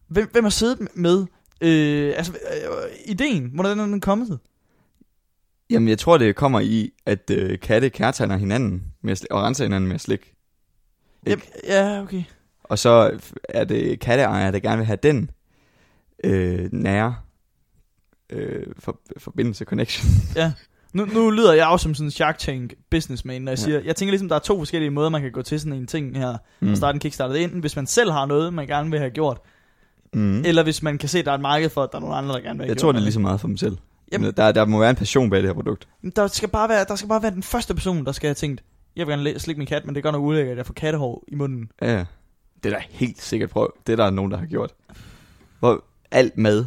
hvem, hvem har siddet med, øh, altså, øh, ideen, hvordan er den kommet?
Jamen, jeg tror, det kommer i, at øh, katte kærtegner hinanden med at sli- og renser hinanden med at slik.
Jamen, ja, okay.
Og så er det katteejere, der gerne vil have den øh, nære øh, for, forbindelse, connection.
Nu, nu lyder jeg også som sådan en Shark Tank businessman, når jeg
Ja.
siger, jeg tænker ligesom, der er to forskellige måder, man kan gå til sådan en ting her,
Mm.
og starte en kickstarter. Det er enten, hvis man selv har noget, man gerne vil have gjort,
Mm.
eller hvis man kan se, at der er et marked for, at der er nogen andre, der gerne vil have
Jeg
gjort
tror, det er ligesom
noget.
lige så meget for dem selv.
Jamen-
Jamen. Der, der må være en passion bag det her produkt.
Men Der skal, bare være, der skal bare være den første person, der skal have tænkt, jeg vil gerne læ- slikke min kat, men det er godt nok ulækkert, at jeg får kattehår i munden.
Ja, Ja, det er der helt sikkert prøv. Det er der nogen, der har gjort. Hvor alt mad,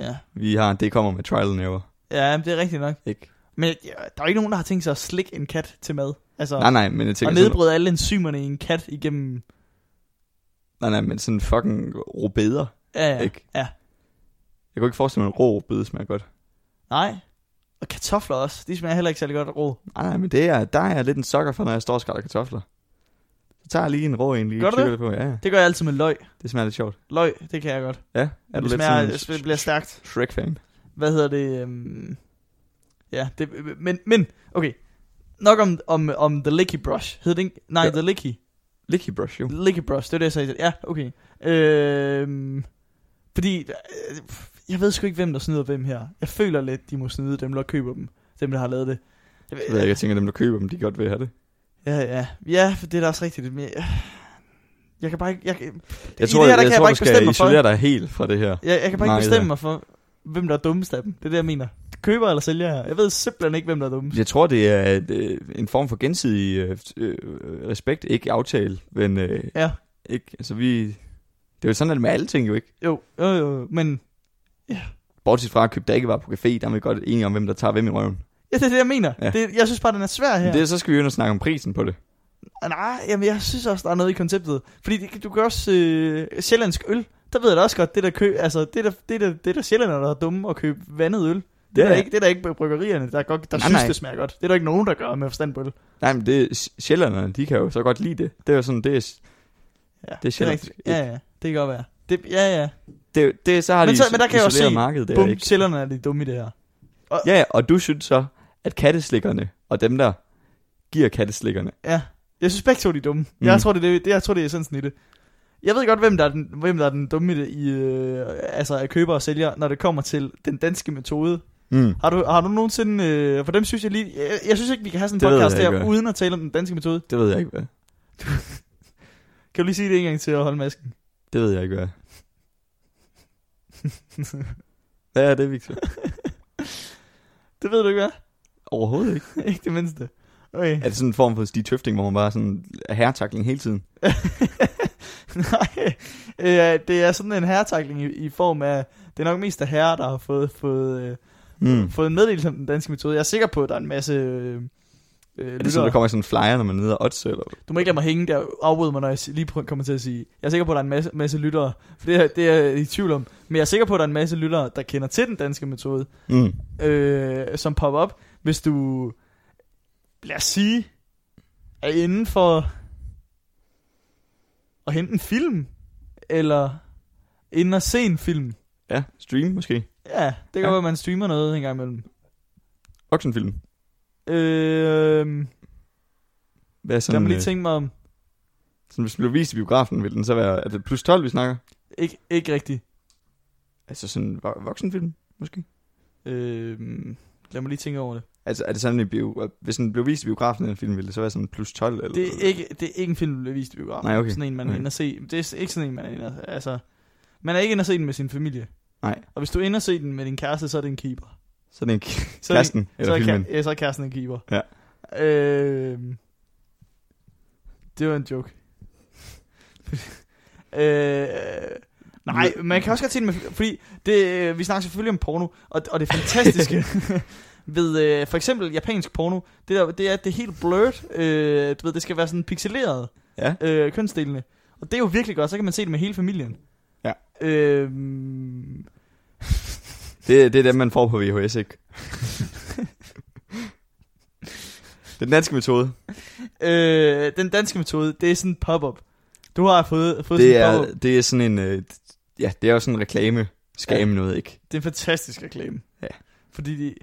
Ja,
vi har, det kommer med trial and error.
ja men det er rigtigt nok.
Ikke?
Men ja, der er jo ikke nogen, der har tænkt sig at slikke en kat til mad. Altså,
Nej, nej, men jeg tænker
og
sådan,
nedbryde alle enzymerne i en kat igennem...
nej, nej, men sådan fucking rubeder.
Ja, ja.
Ikke?
ja.
Jeg kunne ikke forestille mig, at en rå rubede smager godt.
Nej. Og kartofler også. De smager heller ikke særlig godt af rå.
Nej, nej, men det er, der er jeg lidt en sokker for, når jeg står og skræller kartofler. Så tager jeg lige en rå en, lige
Gør du
trykker det på. Ja, ja.
Det gør jeg altid med løg.
det smager lidt sjovt.
Løg, det kan jeg godt.
Ja, er du
det
lidt
smager,
sådan en
det bliver stærkt.
Shrek-fan?
Hvad hedder det? øhm, Ja, det, men, men, okay. Nok om, om, om The Licky Brush. Hed det ikke? Nej,
Ja.
The Licky.
Licky brush, jo.
Licky Brush, det var det, jeg sagde. Ja, okay. Øhm, fordi, øh, jeg ved sgu ikke, hvem der snyder hvem her. Jeg føler lidt, de må snyde dem, der køber dem. Dem, der har lavet det. Jeg
Jeg ved ikke, jeg tænker, dem, der køber dem, de godt vil have det.
Ja, ja. Ja, for det er da også rigtigt. Men jeg, jeg kan bare ikke... Jeg, kan-
Jeg
I
tror, jeg,
det her, der
jeg,
kan jeg
tror,
bare
du
ikke bestemme
skal
mig for.
isolere dig helt fra det her.
jeg, jeg kan bare ikke
Nej,
bestemme
ja.
mig for, hvem der er dummest af dem. Det er det, jeg mener. Køber eller sælger her. Jeg ved simpelthen ikke, hvem der er dummest.
Jeg tror, det er et, øh, en form for gensidig øh, øh, respekt, ikke aftale, men øh,
Ja.
ikke, altså vi... Det er jo sådan, at med alle ting jo ikke.
Jo, jo, jo. Men
Bortset fra at købe drikkevarer på café, der er vi godt enige om, hvem der tager hvem i røven.
ja, det er det, jeg mener. Ja.
Ja.
Det, jeg synes bare, den er svær her.
Ja. Det, så skal vi jo ind og snakke om prisen på det.
Ah, Nej, jamen jeg synes også, der er noget i konceptet. Fordi det, du kan også øh, sjællandsk øl. Der ved jeg da også godt, det der køb, altså det der, det der, det der sjællander, der er dumme at købe vandet øl.
Ja,
Det er, ja.
ja.
ikke, det er da ikke bryggerierne, der, godt, der
Nej,
synes,
nej.
det smager godt. Det er der ikke nogen, der gør med forstand på øl.
Nej, men det sjælderne, de kan jo så godt lide det. Det er jo sådan, det er,
Ja,
Det er sjældent.
rigtigt. Ja, ja, det kan godt være. Det, ja, ja.
det, er jo- det er- så har
Men
de
så- men der kan jeg også
isoleret
se,
markedet der,
Bum,
ikke?
chillerne er lidt dumme i det her.
Ja, og du synes så, at katteslikkerne og dem, der giver katteslikkerne,
Ja, jeg synes begge to de er dumme. Mm.
Mm.
Jeg tror, det er, det, jeg tror, det er essensen i det. Jeg ved godt, hvem der er den, hvem der er den dumme i det, i, øh, altså af køber og sælger, når det kommer til den danske metode.
mm.
Har du, har du nogensinde, øh, for dem synes jeg lige, jeg, jeg synes ikke, vi kan have sådan
Det
en
ved
podcast
jeg
her,
ikke, hvad.
uden at tale om den danske metode.
det ved jeg ikke, hvad.
Kan du lige sige det en gang til at holde masken?
Det ved jeg ikke, hvad. Hvad er det, Victor?
Det ved du ikke,
Overhovedet ikke.
hvad? ikke det mindste. Okay.
Er det sådan en form for Stig Tøfting, hvor man bare sådan er herretakling hele tiden?
Nej, øh, det er sådan en herretakling i, i form af, det er nok mest af herrer, der har fået, fået, øh,
Mm.
fået en meddelelse om den danske metode. Jeg er sikker på, at der er en masse
Er
øh, øh,
det sådan,
lyttere.
der kommer sådan en flyer, når man er nede og odds, eller?
Du må ikke lade mig hænge der afbryde mig, når jeg si- lige prø- kommer til at sige. Jeg er sikker på, at der er en masse, masse lyttere, for det, er- det er jeg i tvivl om. Men jeg er sikker på, at der er en masse lyttere, der kender til den danske metode,
Mm.
øh, som popper op, hvis du, lad os sige, er inden for at hente en film, eller inden at se en film.
Ja, stream måske.
Ja, det
Ja.
kan ja. være, at man streamer noget en gang imellem.
Voksenfilm.
Øh,
Hvad er
lad
sådan,
mig lige
øh,
tænke mig om,
sådan, hvis den blev vist i biografen, vil den så være... Er det plus 12, vi snakker?
ikke, ikke rigtigt.
Altså sådan en vo- voksenfilm, måske?
Øh, lad mig lige tænke over det.
Altså, er det sådan en bio... Hvis den blev vist i biografen, den film, ville det så være sådan plus 12? Eller?
Det er ikke, det er ikke en film, der bliver vist i biografen.
Nej, okay.
Sådan en, man
Okay.
okay. ender se. Det er ikke sådan en, man ender Altså, man er ikke ender at se den med sin familie.
Nej.
Og hvis du ender at se den med din kæreste, så er det en keeper.
Så er det en
Så er det-
kasten,
så
eller
er,
filmen.
kæ- ja, så er kæresten en keeper.
Ja.
Øh, det var en joke. øh, nej, man kan også godt se den med... Fordi det, øh, vi snakker selvfølgelig om porno, og, og det fantastiske ved øh, for eksempel japansk porno, det, der, det er, at det er helt blurred. Øh, du ved, det skal være sådan pixeleret
Ja.
øh, kønsdelene. Og det er jo virkelig godt, så kan man se det med hele familien.
Ja.
Øh,
Det, det er dem, man får på VHS, ikke? den danske metode,
øh, den danske metode, det er sådan en pop-up. Du har fået, fået
det
sådan en
er,
pop-up.
det er sådan en... Øh, ja, det er jo sådan en reklame. Skam
Ja.
noget, ikke?
Det er en fantastisk reklame.
Ja.
Fordi de,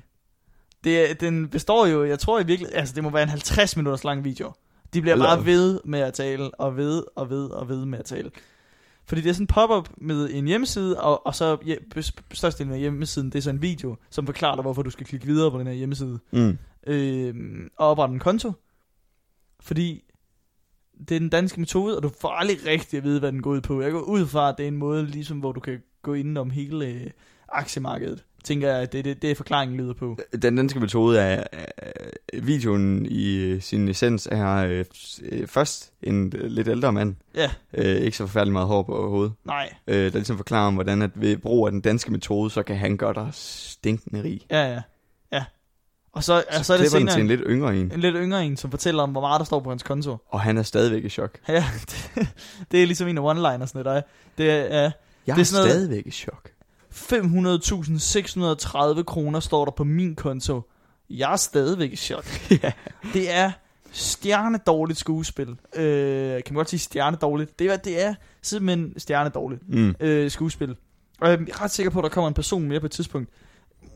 det, er- den består jo, jeg tror i virkelig, altså det må være en 50 minutters lang video. De bliver
Hold
bare
op.
ved med at tale, og ved, og ved, og ved med at tale. Fordi det er sådan en pop-up med en hjemmeside, og, og så ja, bes- størstedelen af hjemmesiden, det er så en video, som forklarer dig, hvorfor du skal klikke videre på den her hjemmeside.
Mm.
øh, og oprette en konto. Fordi det er den danske metode, og du får aldrig rigtig at vide, hvad den går ud på. Jeg går ud fra, at det er en måde, ligesom, hvor du kan gå ind om hele øh, aktiemarkedet. Tænker jeg, at det, det, det er forklaringen lyder på.
Den danske metode er, er videoen i øh, sin essens er øh, s- øh, først en øh, lidt ældre mand,
Ja,
øh, ikke så forfærdelig meget hår på hovedet,
nej.
øh, der ligesom forklarer om, hvordan at ved brug af den danske metode, så kan han gøre dig stinkende rig.
Ja, ja. ja. Og så,
Så,
og så er det
klipper den
senere
til en
en,
lidt yngre en,
en lidt yngre en, som fortæller om, hvor meget der står på hans konto.
og han er stadigvæk i chok.
Ja, det, det er ligesom en af one-linersne, der er. Det er
Jeg
Det er
det er
sådan noget-
stadigvæk i chok.
500.630 kroner står der på min konto. Jeg er stadigvæk i chok. ja. Det er stjernedårligt skuespil. Øh, kan man godt sige stjernedårligt? Det er, det er simpelthen stjernedårligt
Mm.
øh, skuespil. Og jeg er ret sikker på, at der kommer en person mere på et tidspunkt.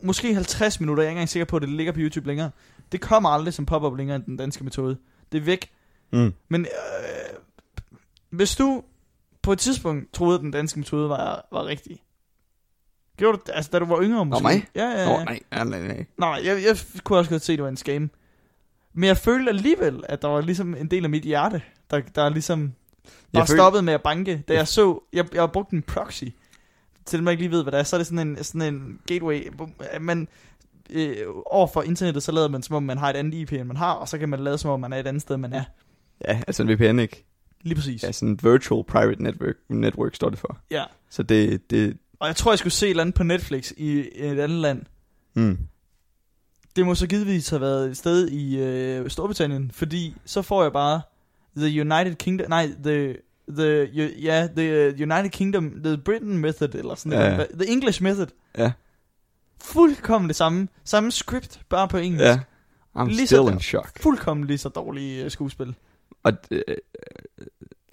Måske 50 minutter, jeg er ikke engang sikker på, at det ligger på YouTube længere. Det kommer aldrig som pop-up længere end den danske metode. Det er væk.
Mm.
Men øh, hvis du på et tidspunkt troede, at den danske metode var, var rigtig, gjorde du, det- altså da du var yngre måske?
mig?
Ja, ja, ja.
Nå, nej, nej, nej, nej.
Nej, jeg, jeg kunne også godt se, at det var en scam. Men jeg følte alligevel, at der var ligesom en del af mit hjerte, der, der ligesom bare
følte-
stoppede med at banke. Da
Jeg-
jeg så, jeg, jeg har brugt en proxy, til dem, der ikke lige ved, hvad det er, så er det sådan en, sådan en gateway, hvor man øh, over for internettet, så lader man som om, man har et andet IP, end man har, og så kan man lade som om, man er et andet sted, end man er.
Ja, altså en VPN, ikke?
Lige præcis.
Ja, sådan en virtual private network, network står det for.
Ja.
Så det, det,
Og jeg tror, jeg skulle se et eller andet på Netflix i et andet land.
mm.
Det må så givetvis have været et sted i øh, Storbritannien, fordi så får jeg bare The United Kingdom, nej, The, the, øh, ju- ja, the United Kingdom, The Britain Method, eller sådan
Ja,
noget. The English Method.
Ja.
Fuldkommen det samme. Samme script, bare på engelsk.
Ja. I'm
Lige
still
sådan.
in shock.
Fuldkommen lige så dårlige øh, skuespil.
Og, øh,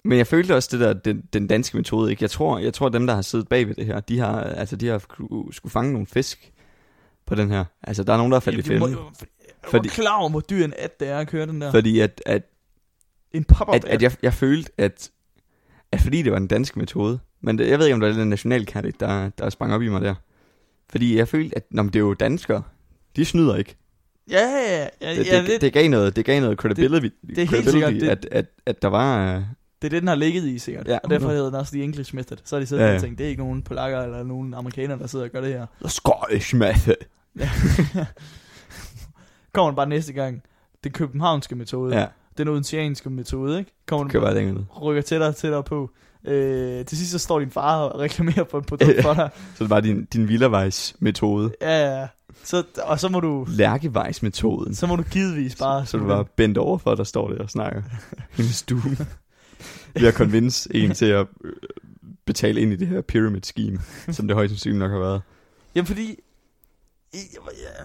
men jeg følte også det der, den, den danske metode, ikke? Jeg tror, jeg tror dem, der har siddet bag ved det her, de har, altså, de har sku- skulle fange nogle fisk på den her. Altså, der er nogen, der er faldet i
Jeg, må,
fælden.
jeg, jeg
Fordi-
var klar over, hvor dyr en at det er at køre den der.
Fordi at, at,
en pop-up
at, at jeg, jeg følte, at, at fordi det var den danske metode, men det, jeg ved ikke, om der er den nationalkærlighed, der, der sprang op i mig der. Fordi jeg følte, at nå, men det er jo danskere. De snyder ikke.
Ja, ja, ja. ja,
Det,
ja
det, det, det, gav noget, det gav noget credibility, det,
det er helt sikkert, det-
at, at, at der var... øh,
Det er det, den har ligget i, sikkert.
Ja,
Ja, og derfor
100.
hedder den også The English Method. Så har de siddet ja,
Ja,
ja.
ja.
og tænkt, det er ikke nogen polakker eller nogen amerikanere, der sidder og gør det her.
Scottish method.
Ja. Kommer den bare næste gang. Den københavnske metode. Ja.
Ja,
Den odenseanske metode, ikke? Kommer
det
den
kører bare længere ned.
rykker tættere og tættere på. Øh, til sidst så står din far og reklamerer for et produkt for dig.
Så det var din, din vildervejsmetode.
Ja, ja. Så, og så må du,
Lærkevejsmetoden.
så må du givetvis bare...
Så, så du bare bent over for, at der står der og snakker i en stue. Ved at convince en til at øh, betale ind i det her pyramid scheme, som det højst sandsynligt nok har været.
Jamen fordi... I, ja,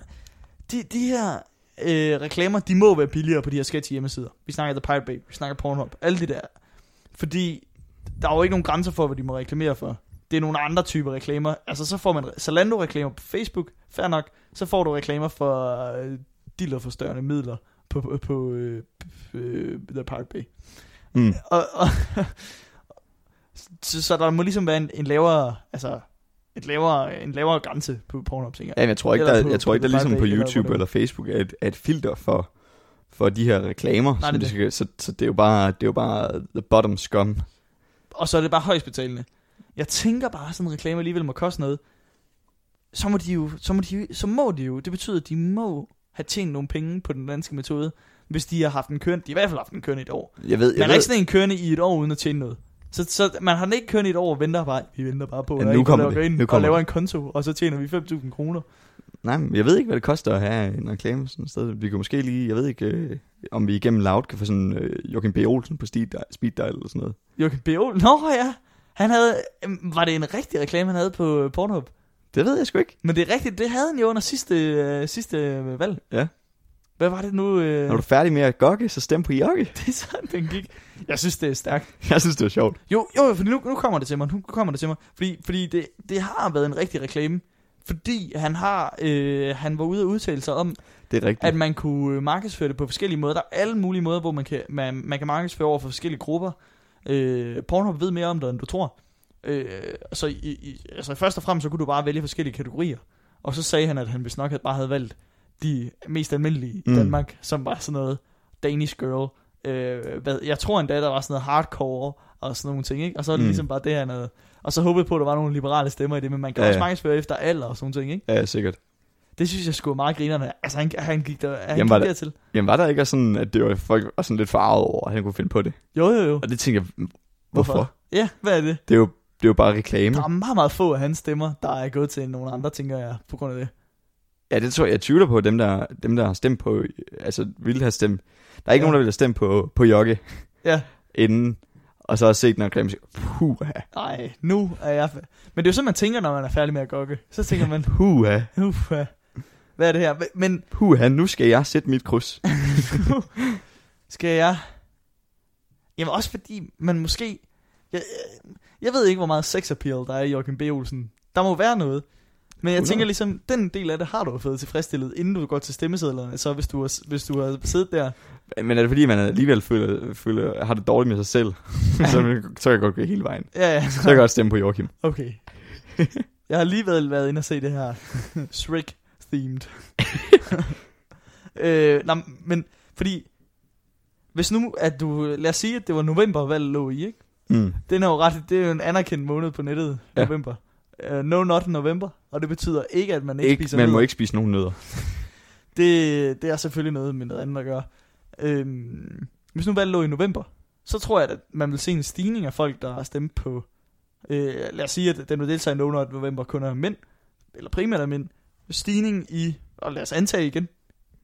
de, de her øh, reklamer, de må være billigere på de her sketchy hjemmesider. Vi snakker The Pirate Bay, vi snakker Pornhub, alle de der. Fordi der er jo ikke nogen grænser for, hvad de må reklamere for. Det er nogle andre typer reklamer. Altså så får man re- Zalando-reklamer på Facebook, fair nok. Så får du reklamer for øh, dillerforstørrende midler på, på, på øh, øh, The Pirate Bay
Mm.
og, og så, så der må ligesom være en, en lavere, altså et lavere, en lavere grænse på Pornhub, tænker jeg.
Ja, men jeg tror ikke,
Eller
der,
på-
jeg tror ikke, der
på
ligesom på
Friday, eller
YouTube
whatever.
eller Facebook er et, er et filter for, for de her reklamer.
Nej,
Nej,
det
det
er
de skal, så, så det er jo bare, det er jo bare the bottom scum.
Og så er det bare højst betalende. Jeg tænker bare, at sådan en reklame alligevel må koste noget. Så må de jo, så må de, jo- så må de jo, det betyder, at de må have tjent nogle penge på den danske metode, hvis de har haft en kørende, de har i hvert fald haft en kørende i et år.
Jeg ved, jeg
Man har
ved,
ikke sådan en kørende i et år, uden at tjene noget. Så, så man har den ikke kørende i et år og venter bare, vi venter bare på,
Ja,
at
nu
der er en, der
kommer
logger
det.
ind
Nu
og
kommer
laver en konto, og så tjener vi 5.000 kroner.
Nej, men jeg ved ikke, hvad det koster at have en reklame sådan et sted. Vi kan måske lige, jeg ved ikke, øh, om vi igennem Loud kan få sådan øh, Joachim B. Olsen på speed dial, speed dial eller sådan noget.
Joachim B. Olsen? Nå ja, han havde, øhm, var det en rigtig reklame, han havde på øh, Pornhub?
Det ved jeg sgu ikke.
Men det er rigtigt, det havde han jo under sidste, øh, sidste øh, valg.
Ja.
Hvad var det nu? Øh,
Når du er færdig med at gokke, så stem på Jokke.
Det er sådan, den gik. Jeg synes, det er stærkt.
Jeg synes, det var sjovt.
Jo, jo, for nu, nu kommer det til mig, nu kommer det til mig. Fordi, fordi det, det har været en rigtig reklame. Fordi han har, øh, han var ude og udtale sig om,
Det er rigtigt.
at man kunne øh, markedsføre det på forskellige måder. Der er alle mulige måder, hvor man kan, man, man kan markedsføre over for forskellige grupper. Øh, Pornhub ved mere om det, end du tror. Øh, så i, i, altså først og fremmest, så kunne du bare vælge forskellige kategorier. Og så sagde han, at han vist nok havde- bare havde valgt de mest almindelige i
Mm.
Danmark, som var sådan noget Danish Girl. Øh, hvad, jeg tror endda, der var sådan noget hardcore og sådan nogle ting, ikke? Og så var det mm.
Mm.
ligesom bare det her noget. Og så håbede jeg på, at der var nogle liberale stemmer i det, men man kan ja,
Ja,
også
ja.
markedsføre efter alder og sådan nogle ting, ikke?
Ja, sikkert.
Det synes jeg sgu er meget grinerne. Altså, han, han gik, der, han
Jamen,
gik
var det-
dertil.
Jamen var der ikke også sådan, at det var, folk var sådan lidt farvet over, at han kunne finde på det?
Jo, jo, jo.
Og det tænker jeg, hvorfor? hvorfor?
Ja, hvad er det?
Det er jo, det er jo bare reklame.
Der er meget, meget få af hans stemmer, der er gået til nogle andre, tænker jeg, på grund af det.
Ja, det tror jeg, jeg tvivler på, at dem der, dem der har stemt på, altså ville have stemt. Der er ikke
Ja.
ja. nogen, der ville have stemt på, på Jokke
Ja.
inden, og så har set den reklame, og siger, puha,
Nej, nu er jeg... fa- Men det er jo sådan, man tænker, når man er færdig med at gokke. Så tænker man,
puha.
uff, hvad er det her? Men
Puha, nu skal jeg sætte mit kryds.
skal jeg... Jamen også fordi, man måske... Jeg, jeg- jeg ved ikke, hvor meget sex appeal der er i Joachim B. Olsen. Der må være noget. Men jeg
100.
tænker ligesom, den del af det har du jo fået tilfredsstillet, inden du går til stemmesedlerne. Så hvis du har, hvis du har siddet der
Men er det fordi, man alligevel føler, føler har det dårligt med sig selv, så, så kan jeg godt gå hele vejen.
Ja, ja.
Så kan jeg godt stemme på Joachim.
Okay. Jeg har alligevel været inde og se det her Shrek-themed. øh, nej, men fordi... Hvis nu, at du... Lad os sige, at det var november, valget lå i, ikke?
Mm.
Den er jo ret... Det er jo en anerkendt måned på nettet,
Ja.
november. Uh, no not november. Og det betyder ikke, at man ikke,
Ikke,
spiser
man
nødder.
må ikke spise nogen nødder.
Det, det er selvfølgelig noget med noget andet at gøre. Øhm, hvis nu valget lå i november, så tror jeg, at man vil se en stigning af folk, der har stemt på... Øh, lad os sige, at den vil deltage i No Not november kun er mænd, eller primært er mænd. Stigning i, og lad os antage igen,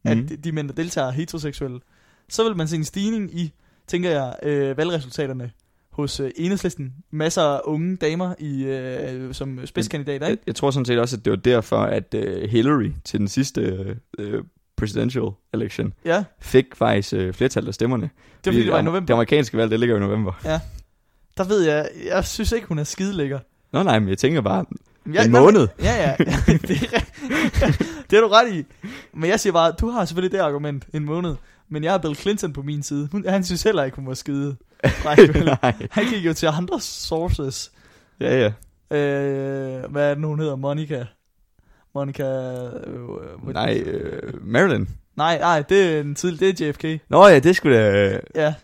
at
Mm.
de- de mænd, der deltager er heteroseksuelle. Så vil man se en stigning i, tænker jeg, øh, valgresultaterne hos øh, Enhedslisten. Masser af unge damer i, øh, som spidskandidater,
Jeg,
ikke?
jeg tror sådan set også, at det var derfor, at øh, Hillary til den sidste øh, øh, presidential election
Ja,
fik faktisk øh, flertallet af stemmerne.
det var fordi, det var i
am-
november.
Det amerikanske valg, det ligger jo i november.
Der ved jeg, jeg synes ikke, hun er skide lækker.
Nå nej, men jeg tænker bare,
Jeg,
en
nej,
måned.
Ja, ja. det, er, ret- det er du ret i. Men jeg siger bare, du har selvfølgelig det argument, en måned. Men jeg har Bill Clinton på min side. Hun, han synes heller ikke, hun var skide. fræk.
nej.
han gik jo til andre sources.
Ja, ja.
Øh, hvad er den, hun hedder? Monica? Monica... Øh, øh,
Nej, øh, Maryland.
nej, nej, det er en tidlig, det er JFK.
Nå ja, det skulle da... Øh,
Ja.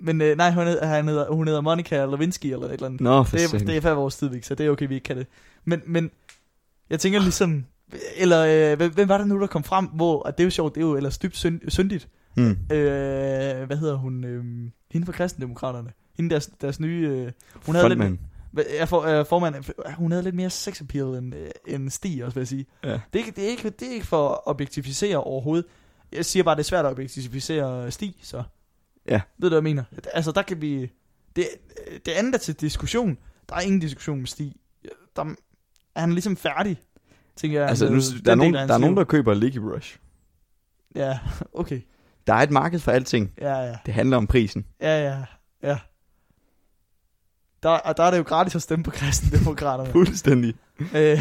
Men øh, nej, hun hedder, han hedder, hun hedder Monica Lewinsky eller et eller andet.
nå, for
det, er, det
det,
er før vores tidvæk, så det er okay, vi ikke kan det. Men, men jeg tænker ligesom, eller øh, hvem- hvem var det nu, der kom frem, hvor, og det er jo sjovt, det er jo ellers dybt synd, syndigt.
hmm.
Øh, hvad hedder hun? Øh, hende fra Kristendemokraterne. Hende deres, deres nye... Øh, hun
Hun
havde
havde
lidt, hvad- ja, for, øh, formand, øh, hun havde lidt mere sex appeal end, øh, end Stig også, vil jeg sige.
Ja.
Det, er ikke- det, er ikke, det er ikke for at objektificere overhovedet. Jeg siger bare, det er svært at objektificere øh, Stig, så.
Ja.
Ved du, hvad jeg mener? Altså, der kan vi... Det, øh, det andet er til diskussion. Der er ingen diskussion med Stig. Der er han ligesom færdig, tænker jeg.
Altså,
med
nu,
den
der, er
del
nogen,
af hans
der er nogen,
liv.
der køber Leaky Rush.
Ja, okay.
Der er et marked for alting.
Ja, ja.
Det handler om prisen.
Ja, ja, ja. Der, og der er det jo gratis at stemme på kristendemokraterne.
Fuldstændig.
Øh,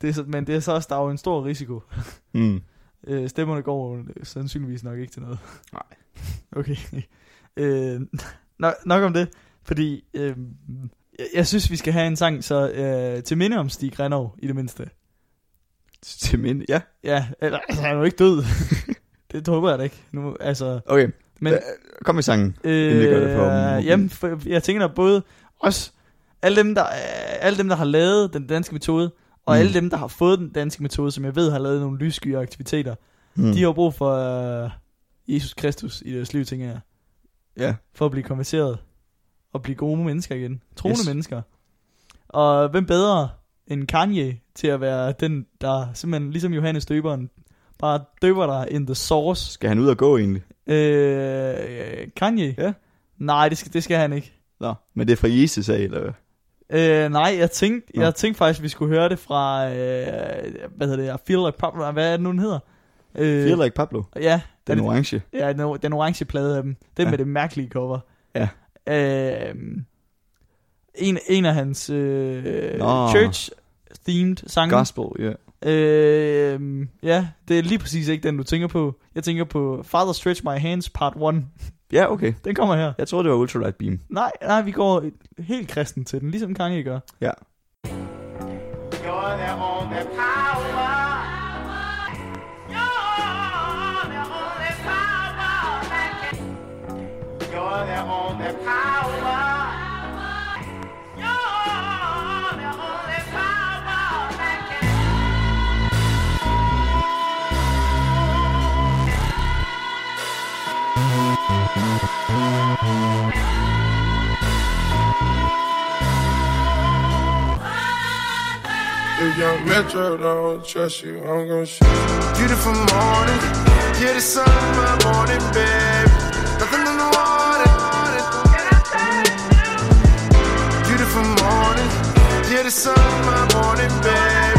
det er så, men det er så også, der er jo en stor risiko.
Mm.
Øh, stemmerne går jo sandsynligvis nok ikke til noget.
Nej.
Okay. Øh, nok, nok om det, fordi øh, jeg, jeg synes, vi skal have en sang så øh, til minde om Stig Grenov, i det mindste.
Til mind. Ja,
Ja, eller, altså, han er jo ikke død. det håber jeg da ikke. Nu, altså,
okay.
men,
Kom med sangen.
Øh,
Inden vi gør det for mobilen.
jamen, for, jeg tænker da både os, alle dem, der, øh, alle dem, der har lavet den danske metode, og
Mm.
mm. alle dem, der har fået den danske metode, som jeg ved har lavet nogle lyssky aktiviteter,
Hmm.
mm. de har jo brug for øh, Jesus Kristus i deres liv, tænker jeg,
Ja,
for at blive konverteret og blive gode mennesker igen. Troende
Yes.
yes. mennesker. Og hvem bedre end Kanye til at være den, der simpelthen, ligesom Johannes døberen, bare døber dig in the source.
skal han ud og gå egentlig?
Øh, Kanye?
Ja.
Nej, det skal, det skal han ikke.
Nå, men det er fra Jesus af, eller hvad?
Øh, nej, jeg tænkte,
Nå.
jeg tænkte faktisk, at vi skulle høre det fra, øh, hvad hedder det, I Feel Like Pablo, hvad er det nu, den hedder? Øh,
Feel Like Pablo,
Ja,
den
det-
orange.
ja den, or- den orange plade af dem, den
Ja.
ja. med det mærkelige cover.
Ja.
Øh, en, en af hans øh,
Nå.
church-themed sange.
Gospel, ja. Yeah.
Øh, ja, det er lige præcis ikke den, du tænker på. Jeg tænker på Father Stretch My Hands Part 1.
Ja, okay.
Den kommer her.
Jeg tror det var Ultralight Beam.
Nej, nej, vi går helt kristen til den, ligesom Kanye gør.
Ja.
You're the only power. You're the only power that can. You're the only power. You're the only power that can.
If young Metro don't trust you, I'm gon' shoot you. Beautiful morning, you're the sun of my morning, babe. Nothing in the water. Beautiful morning, you're the sun of my morning, babe.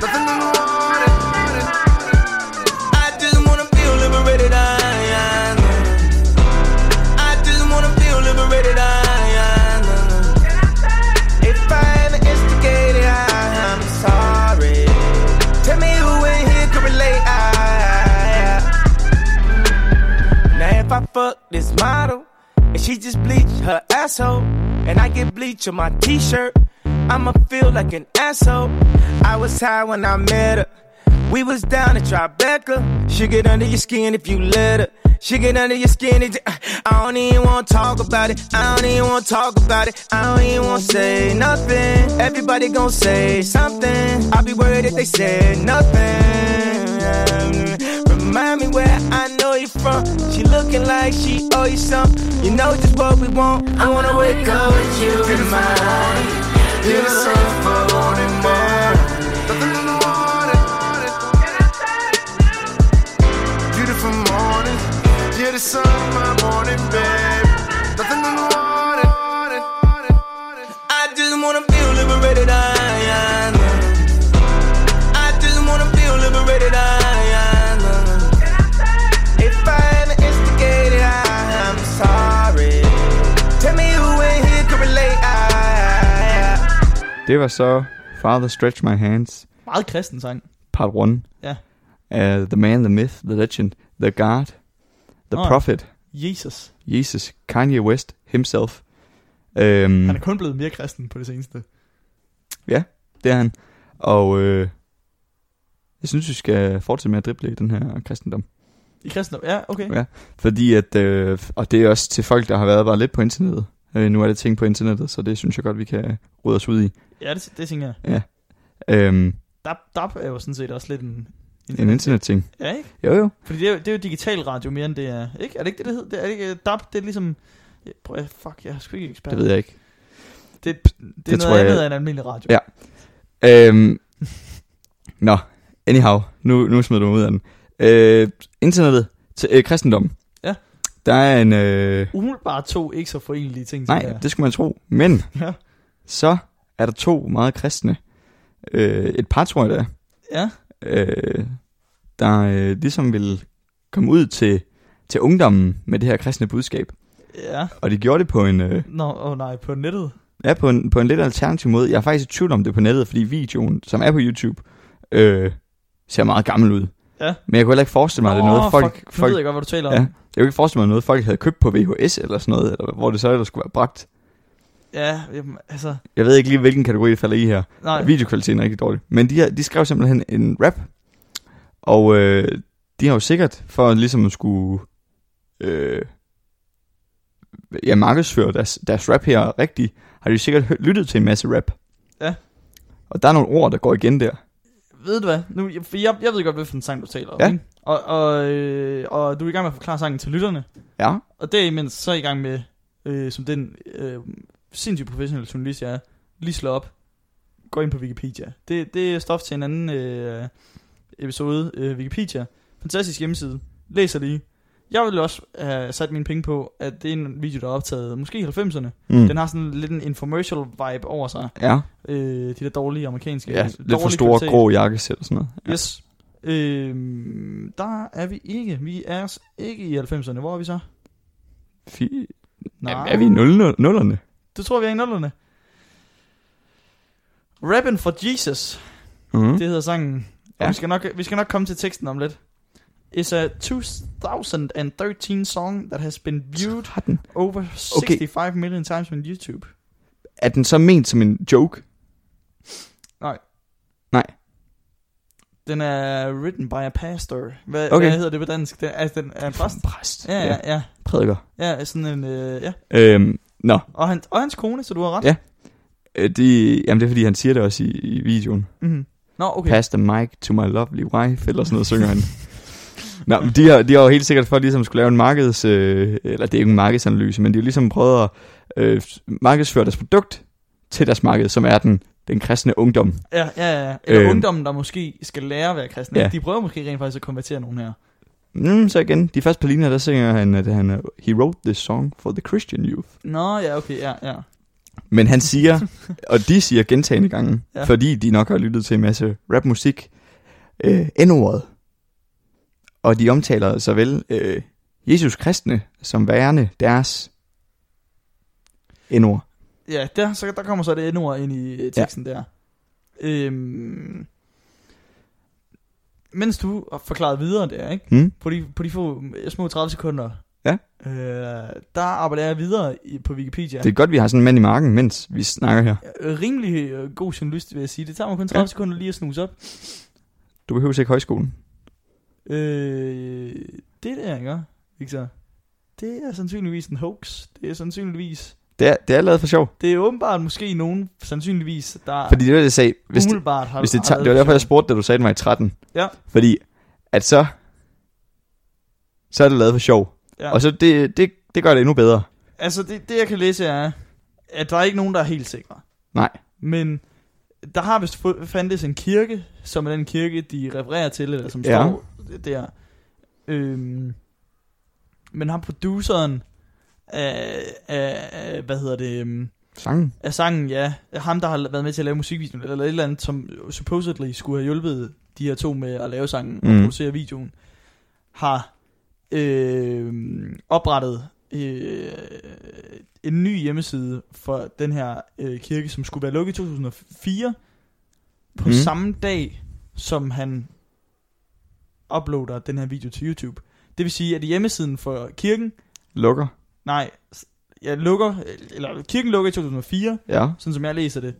Nothing in the water.
I just wanna feel liberated. I, I, know. I just wanna feel liberated. I, I know. If I ever instigated, I, I'm sorry. Tell me who in here can relate. I, I- Now if I fuck this model and she just bleach her asshole, and I get bleach on my t-shirt, I'ma feel like an asshole. I was high when I met her. We was down at Tribeca. She get under your skin if you let her. She get under your skin. It, I don't even wanna talk about it. I don't even wanna talk about it. I don't even wanna say nothing. Everybody gon' say something. I'll be worried if they say nothing. Remind me where I know you from. She looking like she owe you something. You know just what we want. I wanna wake up with you in my
You're the sun of my morning, morning. Nothing in the water. Beautiful morning, you're the sun of my morning, babe. Nothing in the water.
wanna feel liberated. I, I, know. I just wanna feel liberated. I, I, know. If I'm instigated, I, I'm sorry. Tell me who in here could relate. I, I, I.
Det var så Father Stretch My Hands,
Meget kristen sang.
part 1.
Ja.
Uh, the Man, The Myth, The Legend, The God, The
Nå ja.
Prophet,
Jesus.
Jesus, Kanye West himself. Øhm,
Han er kun blevet mere kristen på det seneste.
Det er han. Og øh, jeg synes, vi skal fortsætte med at drible i den her kristendom.
I kristendom? Ja, okay.
Ja. Fordi at, øh, og det er også til folk, der har været bare lidt på internettet. Øh, nu er det ting på internettet, så det synes jeg godt, vi kan rydde os ud i.
Ja, det, det tænker jeg.
Øhm,
Dab, dab er jo sådan set også lidt en...
en internetting.
Ja, ikke?
Jo jo.
Fordi det er, jo- det er jo digital radio mere end det er... Ikke? Er det ikke det, det hedder? Det er det ikke... Dab, det er ligesom... Ja, Prøv, at- fuck, jeg er sgu ikke ekspert.
Det ved jeg ikke.
Det, det, er
det
noget
tror jeg-
andet end almindelig radio.
Ja. Øhm, nå, anyhow. Nu, nu smider du mig ud af den. Øh, internettet til øh, kristendommen.
Ja.
Der er en... Øh,
Umiddelbart to ikke så forenelige ting.
nej,
tænker jeg.
det skulle man tro. Men
Ja.
så er der to meget kristne. Øh, et par, tror jeg, der er.
Ja,
øh, der øh, ligesom ville komme ud til, til ungdommen med det her kristne budskab.
ja.
Og de gjorde det på en, øh,
Nå, åh oh, nej, på nettet.
ja, på, en, på en lidt alternativ måde. Jeg er faktisk i tvivl om det på nettet, fordi videoen, som er på YouTube, øh, ser meget gammel ud.
Ja.
Men jeg kunne heller ikke forestille mig, at det er
Åh,
noget, folk...
fuck, Nu
folk
ved jeg godt, hvad du taler om.
ja, jeg kunne ikke forestille mig, at noget, folk havde købt på VHS eller sådan noget, eller hvor det så ellers skulle være bragt.
Ja, jamen, altså...
Jeg ved ikke lige, hvilken kategori det falder i her.
Nej,
Nej. Videokvaliteten er rigtig dårlig. Men de, har, de skrev simpelthen en rap, og øh, de har jo sikkert, for at ligesom at skulle øh, ja, markedsføre deres, deres rap her rigtigt, har de sikkert hø- lyttet til en masse rap.
Ja.
Og der er nogle ord, der går igen der.
ved du hvad? Nu, jeg, for jeg, jeg ved godt, hvilken sang du taler om.
Ja.
ikke? Og, og, øh, og du er i gang med at forklare sangen til lytterne.
Ja,
Og derimens så er jeg i gang med, øh, som den øh, sindssygt professionelle journalist jeg er, lige slå op, gå ind på Wikipedia. Det, det er stof til en anden øh, episode, øh, Wikipedia. Fantastisk hjemmeside. Læser lige. Jeg ville også have sat mine penge på, at det er en video, der er optaget måske i 90'erne. Mm.
mm.
Den har sådan lidt en infomercial vibe over sig.
ja,
Øh, de der dårlige amerikanske.
ja lidt for
dårlige
store
kvalitet.
grå jakkesæt og sådan noget. Ja.
Yes. Øhm, der er vi ikke. Vi er s- ikke i 90'erne. Hvor er vi så?
Fi- Jamen, er vi i nul- nullerne?
Du tror, vi er i nullerne? Rappin' for Jesus,
Mm.
det hedder sangen.
Ja.
Ja. Og vi, skal nok, vi skal nok komme til teksten om lidt. It's a 2013 song that has been viewed
Har den.
over 65 okay. million times on YouTube.
Er den så ment som en joke?
Den er written by a pastor. Hvad, okay.
Okay.
hvad hedder det på dansk? Den, altså, den er en præst.
Præst.
Ja, ja, ja.
Prædiker.
Ja, sådan en... Øh, ja.
Øhm, nå,
Og, han, og hans kone, så du har ret.
Ja. Øh, de, jamen det er fordi, han siger det også i, i videoen.
Mm-hmm. Nå, okay.
Pass the mic to my lovely wife, eller sådan noget, synger han. Nå, men de har, de har jo helt sikkert for ligesom skulle lave en markeds... Øh, eller det er ikke en markedsanalyse, men de har ligesom prøvet at øh, markedsføre deres produkt til deres marked, som er den, den kristne ungdom.
Ja, ja, ja. Eller
Øhm.
ungdommen, der måske skal lære at være kristne. Ja.
Ja.
De prøver måske rent faktisk at konvertere nogen her.
Mm, så igen, de første par linjer, der synger han, at han, øh, he wrote this song for the Christian youth.
Nå, ja, okay, ja, ja.
Men han siger, og de siger gentagende gange,
Ja.
ja. fordi de nok har lyttet til en masse rapmusik, øh, N-ordet. Og de omtaler såvel øh, Jesus kristne som værende deres N-ord.
Ja, der, så, der kommer så det endnu ind i øh, teksten ja. der. Øhm, mens du forklarede videre der, ikke?
Hmm?
På de, på de få øh, små 30 sekunder,
Ja.
øh, der arbejder jeg videre i, på Wikipedia.
Det er godt, vi har sådan en mand i marken, mens vi snakker her.
Øh, Rimelig øh, god journalist, vil jeg sige. Det tager mig kun 30 ja.
Ja.
sekunder lige at snuse op.
Du behøver ikke højskolen.
Øh, det der, ikke? Victor, det er sandsynligvis en hoax. Det er sandsynligvis
Det er, det er lavet for sjov.
Det er åbenbart måske nogen, sandsynligvis, der
Fordi det var det, jeg sagde. Hvis det,
umiddelbart har...
hvis det,
har
tager, det var
lavet
derfor, jeg
sjov.
spurgte, da du sagde, at den var i 13.
Ja.
Fordi at så, så er det lavet for sjov.
Ja.
Ja. Og så det, det, det gør det endnu bedre.
Altså, det, det jeg kan læse er, at der er ikke nogen, der er helt sikre.
Nej.
Men der har vist fu- fandtes en kirke, som er den kirke, de refererer til, eller som
Ja.
står der. Øhm, men ham produceren af, af, af, hvad hedder det, øhm,
Sangen?
af sangen, ja. Ham, der har været med til at lave musikvideoen, eller et eller andet, som supposedly skulle have hjulpet de her to med at lave sangen mm. og
Mm.
producere videoen, har øh, oprettet øh, en ny hjemmeside for den her øh, kirke, som skulle være lukket i 2004, på mm.
Mm.
samme dag, som han uploader den her video til YouTube. Det vil sige, at hjemmesiden for kirken,
Lukker?
nej, s- jeg lukker, eller kirken lukker i 2004,
Ja.
sådan som jeg læser det.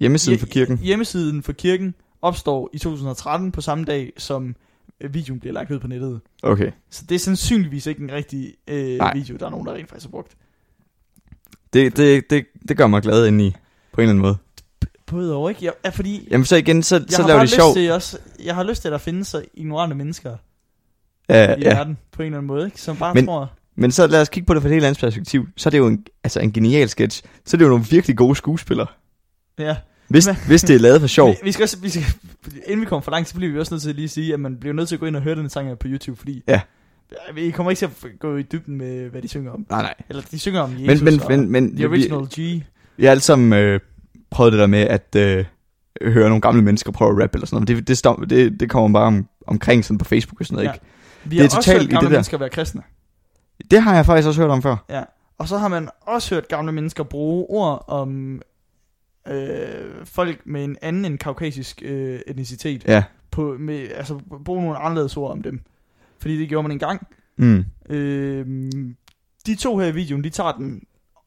Hjemmesiden for kirken?
Hjemmesiden for kirken opstår i 2013 på samme dag, som øh, videoen bliver lagt ud på nettet.
Okay.
Så det er sandsynligvis ikke en rigtig øh,
Nej.
video, der er nogen, der rent faktisk har brugt.
Det, det, det, det gør mig glad indeni, på en eller anden måde.
Både og, ikke? Jeg, ja, fordi
Jamen så igen, så,
jeg
så
har
laver
bare
det
lyst
sjov.
til også, jeg har lyst til, at der findes så ignorante mennesker
Ja,
i
ja.
verden, på en eller anden måde, ikke? Som bare Men,
Men-
tror...
Men så lad os kigge på det fra et helt andet perspektiv. Så er det jo en, altså en genial sketch. Så er det jo nogle virkelig gode skuespillere.
Ja.
Hvis,
Hva-
hvis det er lavet for sjov.
Vi, vi skal også, vi skal, inden vi kommer for langt, så bliver vi også nødt til lige at sige, at man bliver nødt til at gå ind og høre den sang her på YouTube, fordi...
Ja.
Vi kommer ikke til at gå i dybden med, hvad de synger om.
Nej, nej.
Eller de synger om Jesus
Men, men,
og
men, men
The
vi,
Original G.
vi har alle sammen øh, prøvet det der med at øh, høre nogle gamle mennesker prøve at rappe eller sådan noget. Men det, det, stop, det, det kommer bare om, omkring sådan på Facebook og sådan noget,
Ja.
ja. ikke?
Vi
Det
har
er
også
totalt
hørt
i det
gamle
der.
mennesker være kristne.
Det har jeg faktisk også hørt om før.
Ja. Og så har man også hørt gamle mennesker bruge ord om øh, folk med en anden end kaukasisk øh, etnicitet.
Ja.
På, med, altså bruge nogle anderledes ord om dem. Fordi det gjorde man engang.
Mm.
Øh, de to her i videoen, de tager den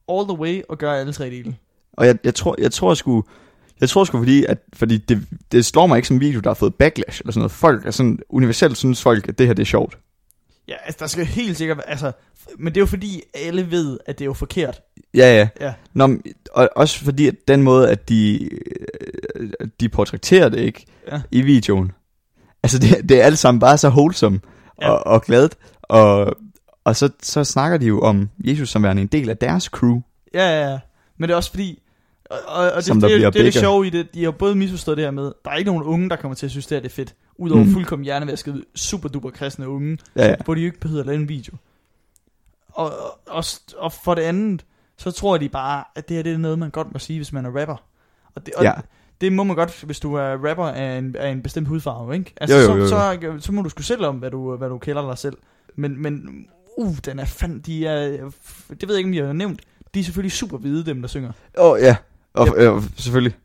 all the way og gør alle tre dele.
Og jeg, jeg tror, jeg tror sgu, jeg tror sgu fordi, at, fordi det, det slår mig ikke som en video, der har fået backlash eller sådan noget. Folk er sådan, universelt synes folk, at det her det er sjovt.
Ja, altså der skal helt sikkert være- altså, f- men det er jo fordi, alle ved, at det er jo forkert.
Ja, ja.
Ja.
Nå, men, og også fordi, at den måde, at de, øh, de portrætterer det, ikke?
Ja.
I videoen. Altså, det, det er alt sammen bare så wholesome
Ja.
ja. og, og gladt. Og, og så, så snakker de jo om Jesus som værende en del af deres crew.
Ja, ja, ja. Men det er også fordi... Og, og, og det,
Som der
det, er-
bliver
det er det
begge.
sjove i det. De har både misforstået det her med, der er ikke nogen unge, der kommer til at synes, det her det er fedt. Udover mm.
Mm.
fuldkommen hjernevaskede, super duper kristne unge,
Ja, ja.
hvor de jo ikke behøver at lave en video. Og, og- og, st- og for det andet, så tror de bare, at det her det er noget, man godt må sige, hvis man er rapper. Og det, og
Ja.
det må man godt, hvis du er rapper af en, af en bestemt hudfarve, ikke? Altså,
Jo, jo, jo, jo.
Så, så, så må du sgu selv om, hvad du, hvad du kælder dig selv. Men, men uh, den er fandme, de er, f- det ved jeg ikke, om jeg har nævnt, de er selvfølgelig super hvide, dem der synger.
Åh, oh, ja. Og, øh, selvfølgelig.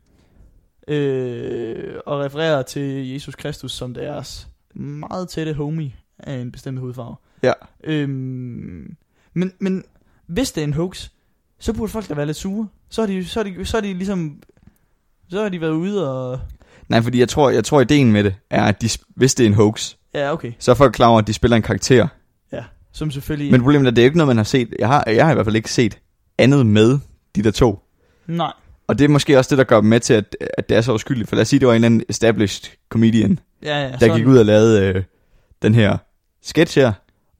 Øh, og refererer til Jesus Kristus som deres meget tætte homie af en bestemt hudfarve.
Ja.
Øhm, men, men hvis det er en hoax, så burde folk da være lidt sure. Så har de, så har de, så har de ligesom... Så har de været ude og...
Nej, fordi jeg tror, jeg tror ideen med det er, at de, sp- hvis det er en hoax,
Ja, okay.
så er folk klar over, at de spiller en karakter.
Ja, som selvfølgelig...
Men problemet er, at det er jo ikke noget, man har set. Jeg har, jeg har i hvert fald ikke set andet med de der to.
Nej.
Og det er måske også det, der gør dem med til, at, at det er så uskyldigt. For lad os sige, det var en eller anden established comedian,
Ja, ja,
der gik ud og lavede øh, den her sketch her,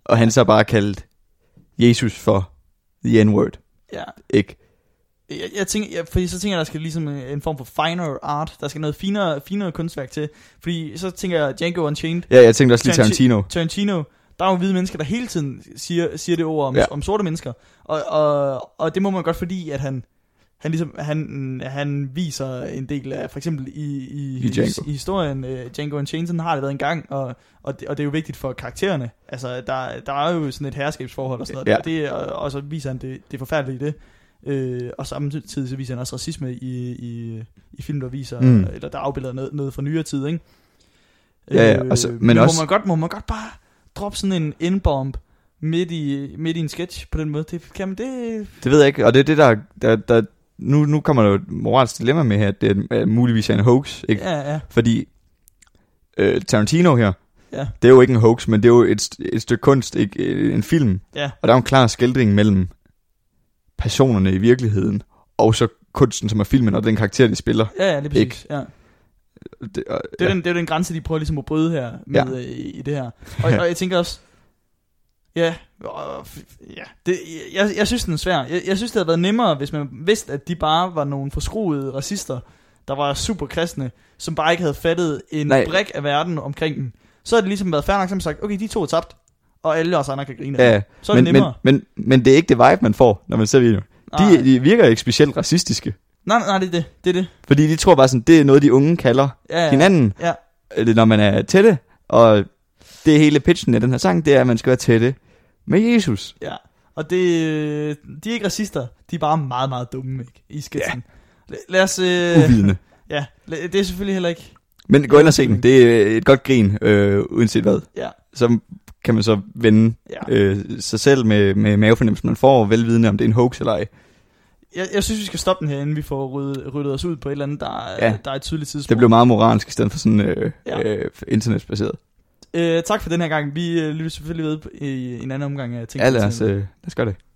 og han så bare kaldt Jesus for the N-word,
Ja.
ikke?
Jeg, jeg tænker, jeg, fordi så tænker jeg, der skal ligesom en en form for finer art. Der skal noget finere, finere kunstværk til. Fordi så tænker jeg, Django Unchained,
Ja, jeg tænkte også lige
Tarantino.
Tarantino.
Tarantino, der er jo hvide mennesker, der hele tiden siger, siger det ord om, ja.
Ja.
om sorte mennesker. Og, og, og det må man godt, fordi at han, han, ligesom, han, han viser en del af, for eksempel i, i,
I Django.
i historien, uh, Django Unchained, sådan har det været engang, og, og, det, og det er jo vigtigt for karaktererne. Altså, der, der er jo sådan et herskabsforhold og sådan noget,
Ja.
og, det, og, og så viser han det, det forfærdelige i det. Øh, og samtidig så viser han også racisme i, i, i film, der viser, mm.
Mm.
eller der afbilder noget, noget fra nyere tid, ikke?
Ja, ja, og så- men også-
Øh, Må man, godt, må man godt bare droppe sådan en indbomb midt i, midt i en sketch på den måde? Det, kan man, det,
Det ved jeg ikke, og det er det, der... der, der nu, nu kommer der jo et moralsk dilemma med her, at det er muligvis er en hoax, ikke?
ja, ja,
Fordi øh, Tarantino her,
Ja.
det er jo ikke en hoax, men det er jo et, st- et stykke kunst, ikke Øh, en film.
Ja.
Og der er jo en klar skildring mellem personerne i virkeligheden, og så kunsten, som er filmen, og den karakter, de spiller.
ja, ja, det er præcis. Ikke. Ja.
Det, og,
Det, er ja. den, det er jo den grænse, de prøver ligesom at bryde her med, ja. øh, i i det her. Og, og jeg tænker også, ja, og, f- ja det, jeg, jeg synes, den er svær. Jeg, jeg synes, det havde været nemmere, hvis man vidste, at de bare var nogle forskruede racister, der var super kristne, som bare ikke havde fattet en Nej.
Nej.
brik af verden omkring dem. Så havde det ligesom været fair nok, som sagt, okay, de to er tabt, og alle os andre kan grine. af
ja,
dem.
ja.
Så er det
men, men,
nemmere.
men, men det er ikke det vibe, man får, når man ser videoen.
Nej.
De, de virker ikke specielt racistiske.
Nej, nej, nej, det er det. Det er det.
Fordi de tror bare sådan, det er noget, de unge kalder
Ja, ja.
ja. hinanden,
Ja.
øh, når man er tætte. Og det er hele pitchen af den her sang, det er, at man skal være tætte med Jesus.
Ja, og det, øh, de er ikke racister, de er bare meget, meget dumme, ikke? I sketsen. Ja. Lad os... Øh,
Uvidende.
ja, la- det er selvfølgelig heller ikke...
Men gå ind og se den. Det er et godt grin, øh, uanset hvad.
Ja,
Så kan man så vende
ja.
øh, sig selv med, med mavefornemmelsen, man får, velvidende om det er en hoax eller ej.
Jeg, jeg synes, vi skal stoppe den her, inden vi får ryddet, ryddet os ud på et eller andet, der, ja.
Ja.
der er et tydeligt tidspunkt.
Det blev meget moralsk, i stedet for sådan øh,
Ja.
ja. øh, internetbaseret.
øh, tak for den her gang. Vi øh, lytter selvfølgelig ved i en anden omgang af ting.
Ja, lad os, øh, lad os gøre det.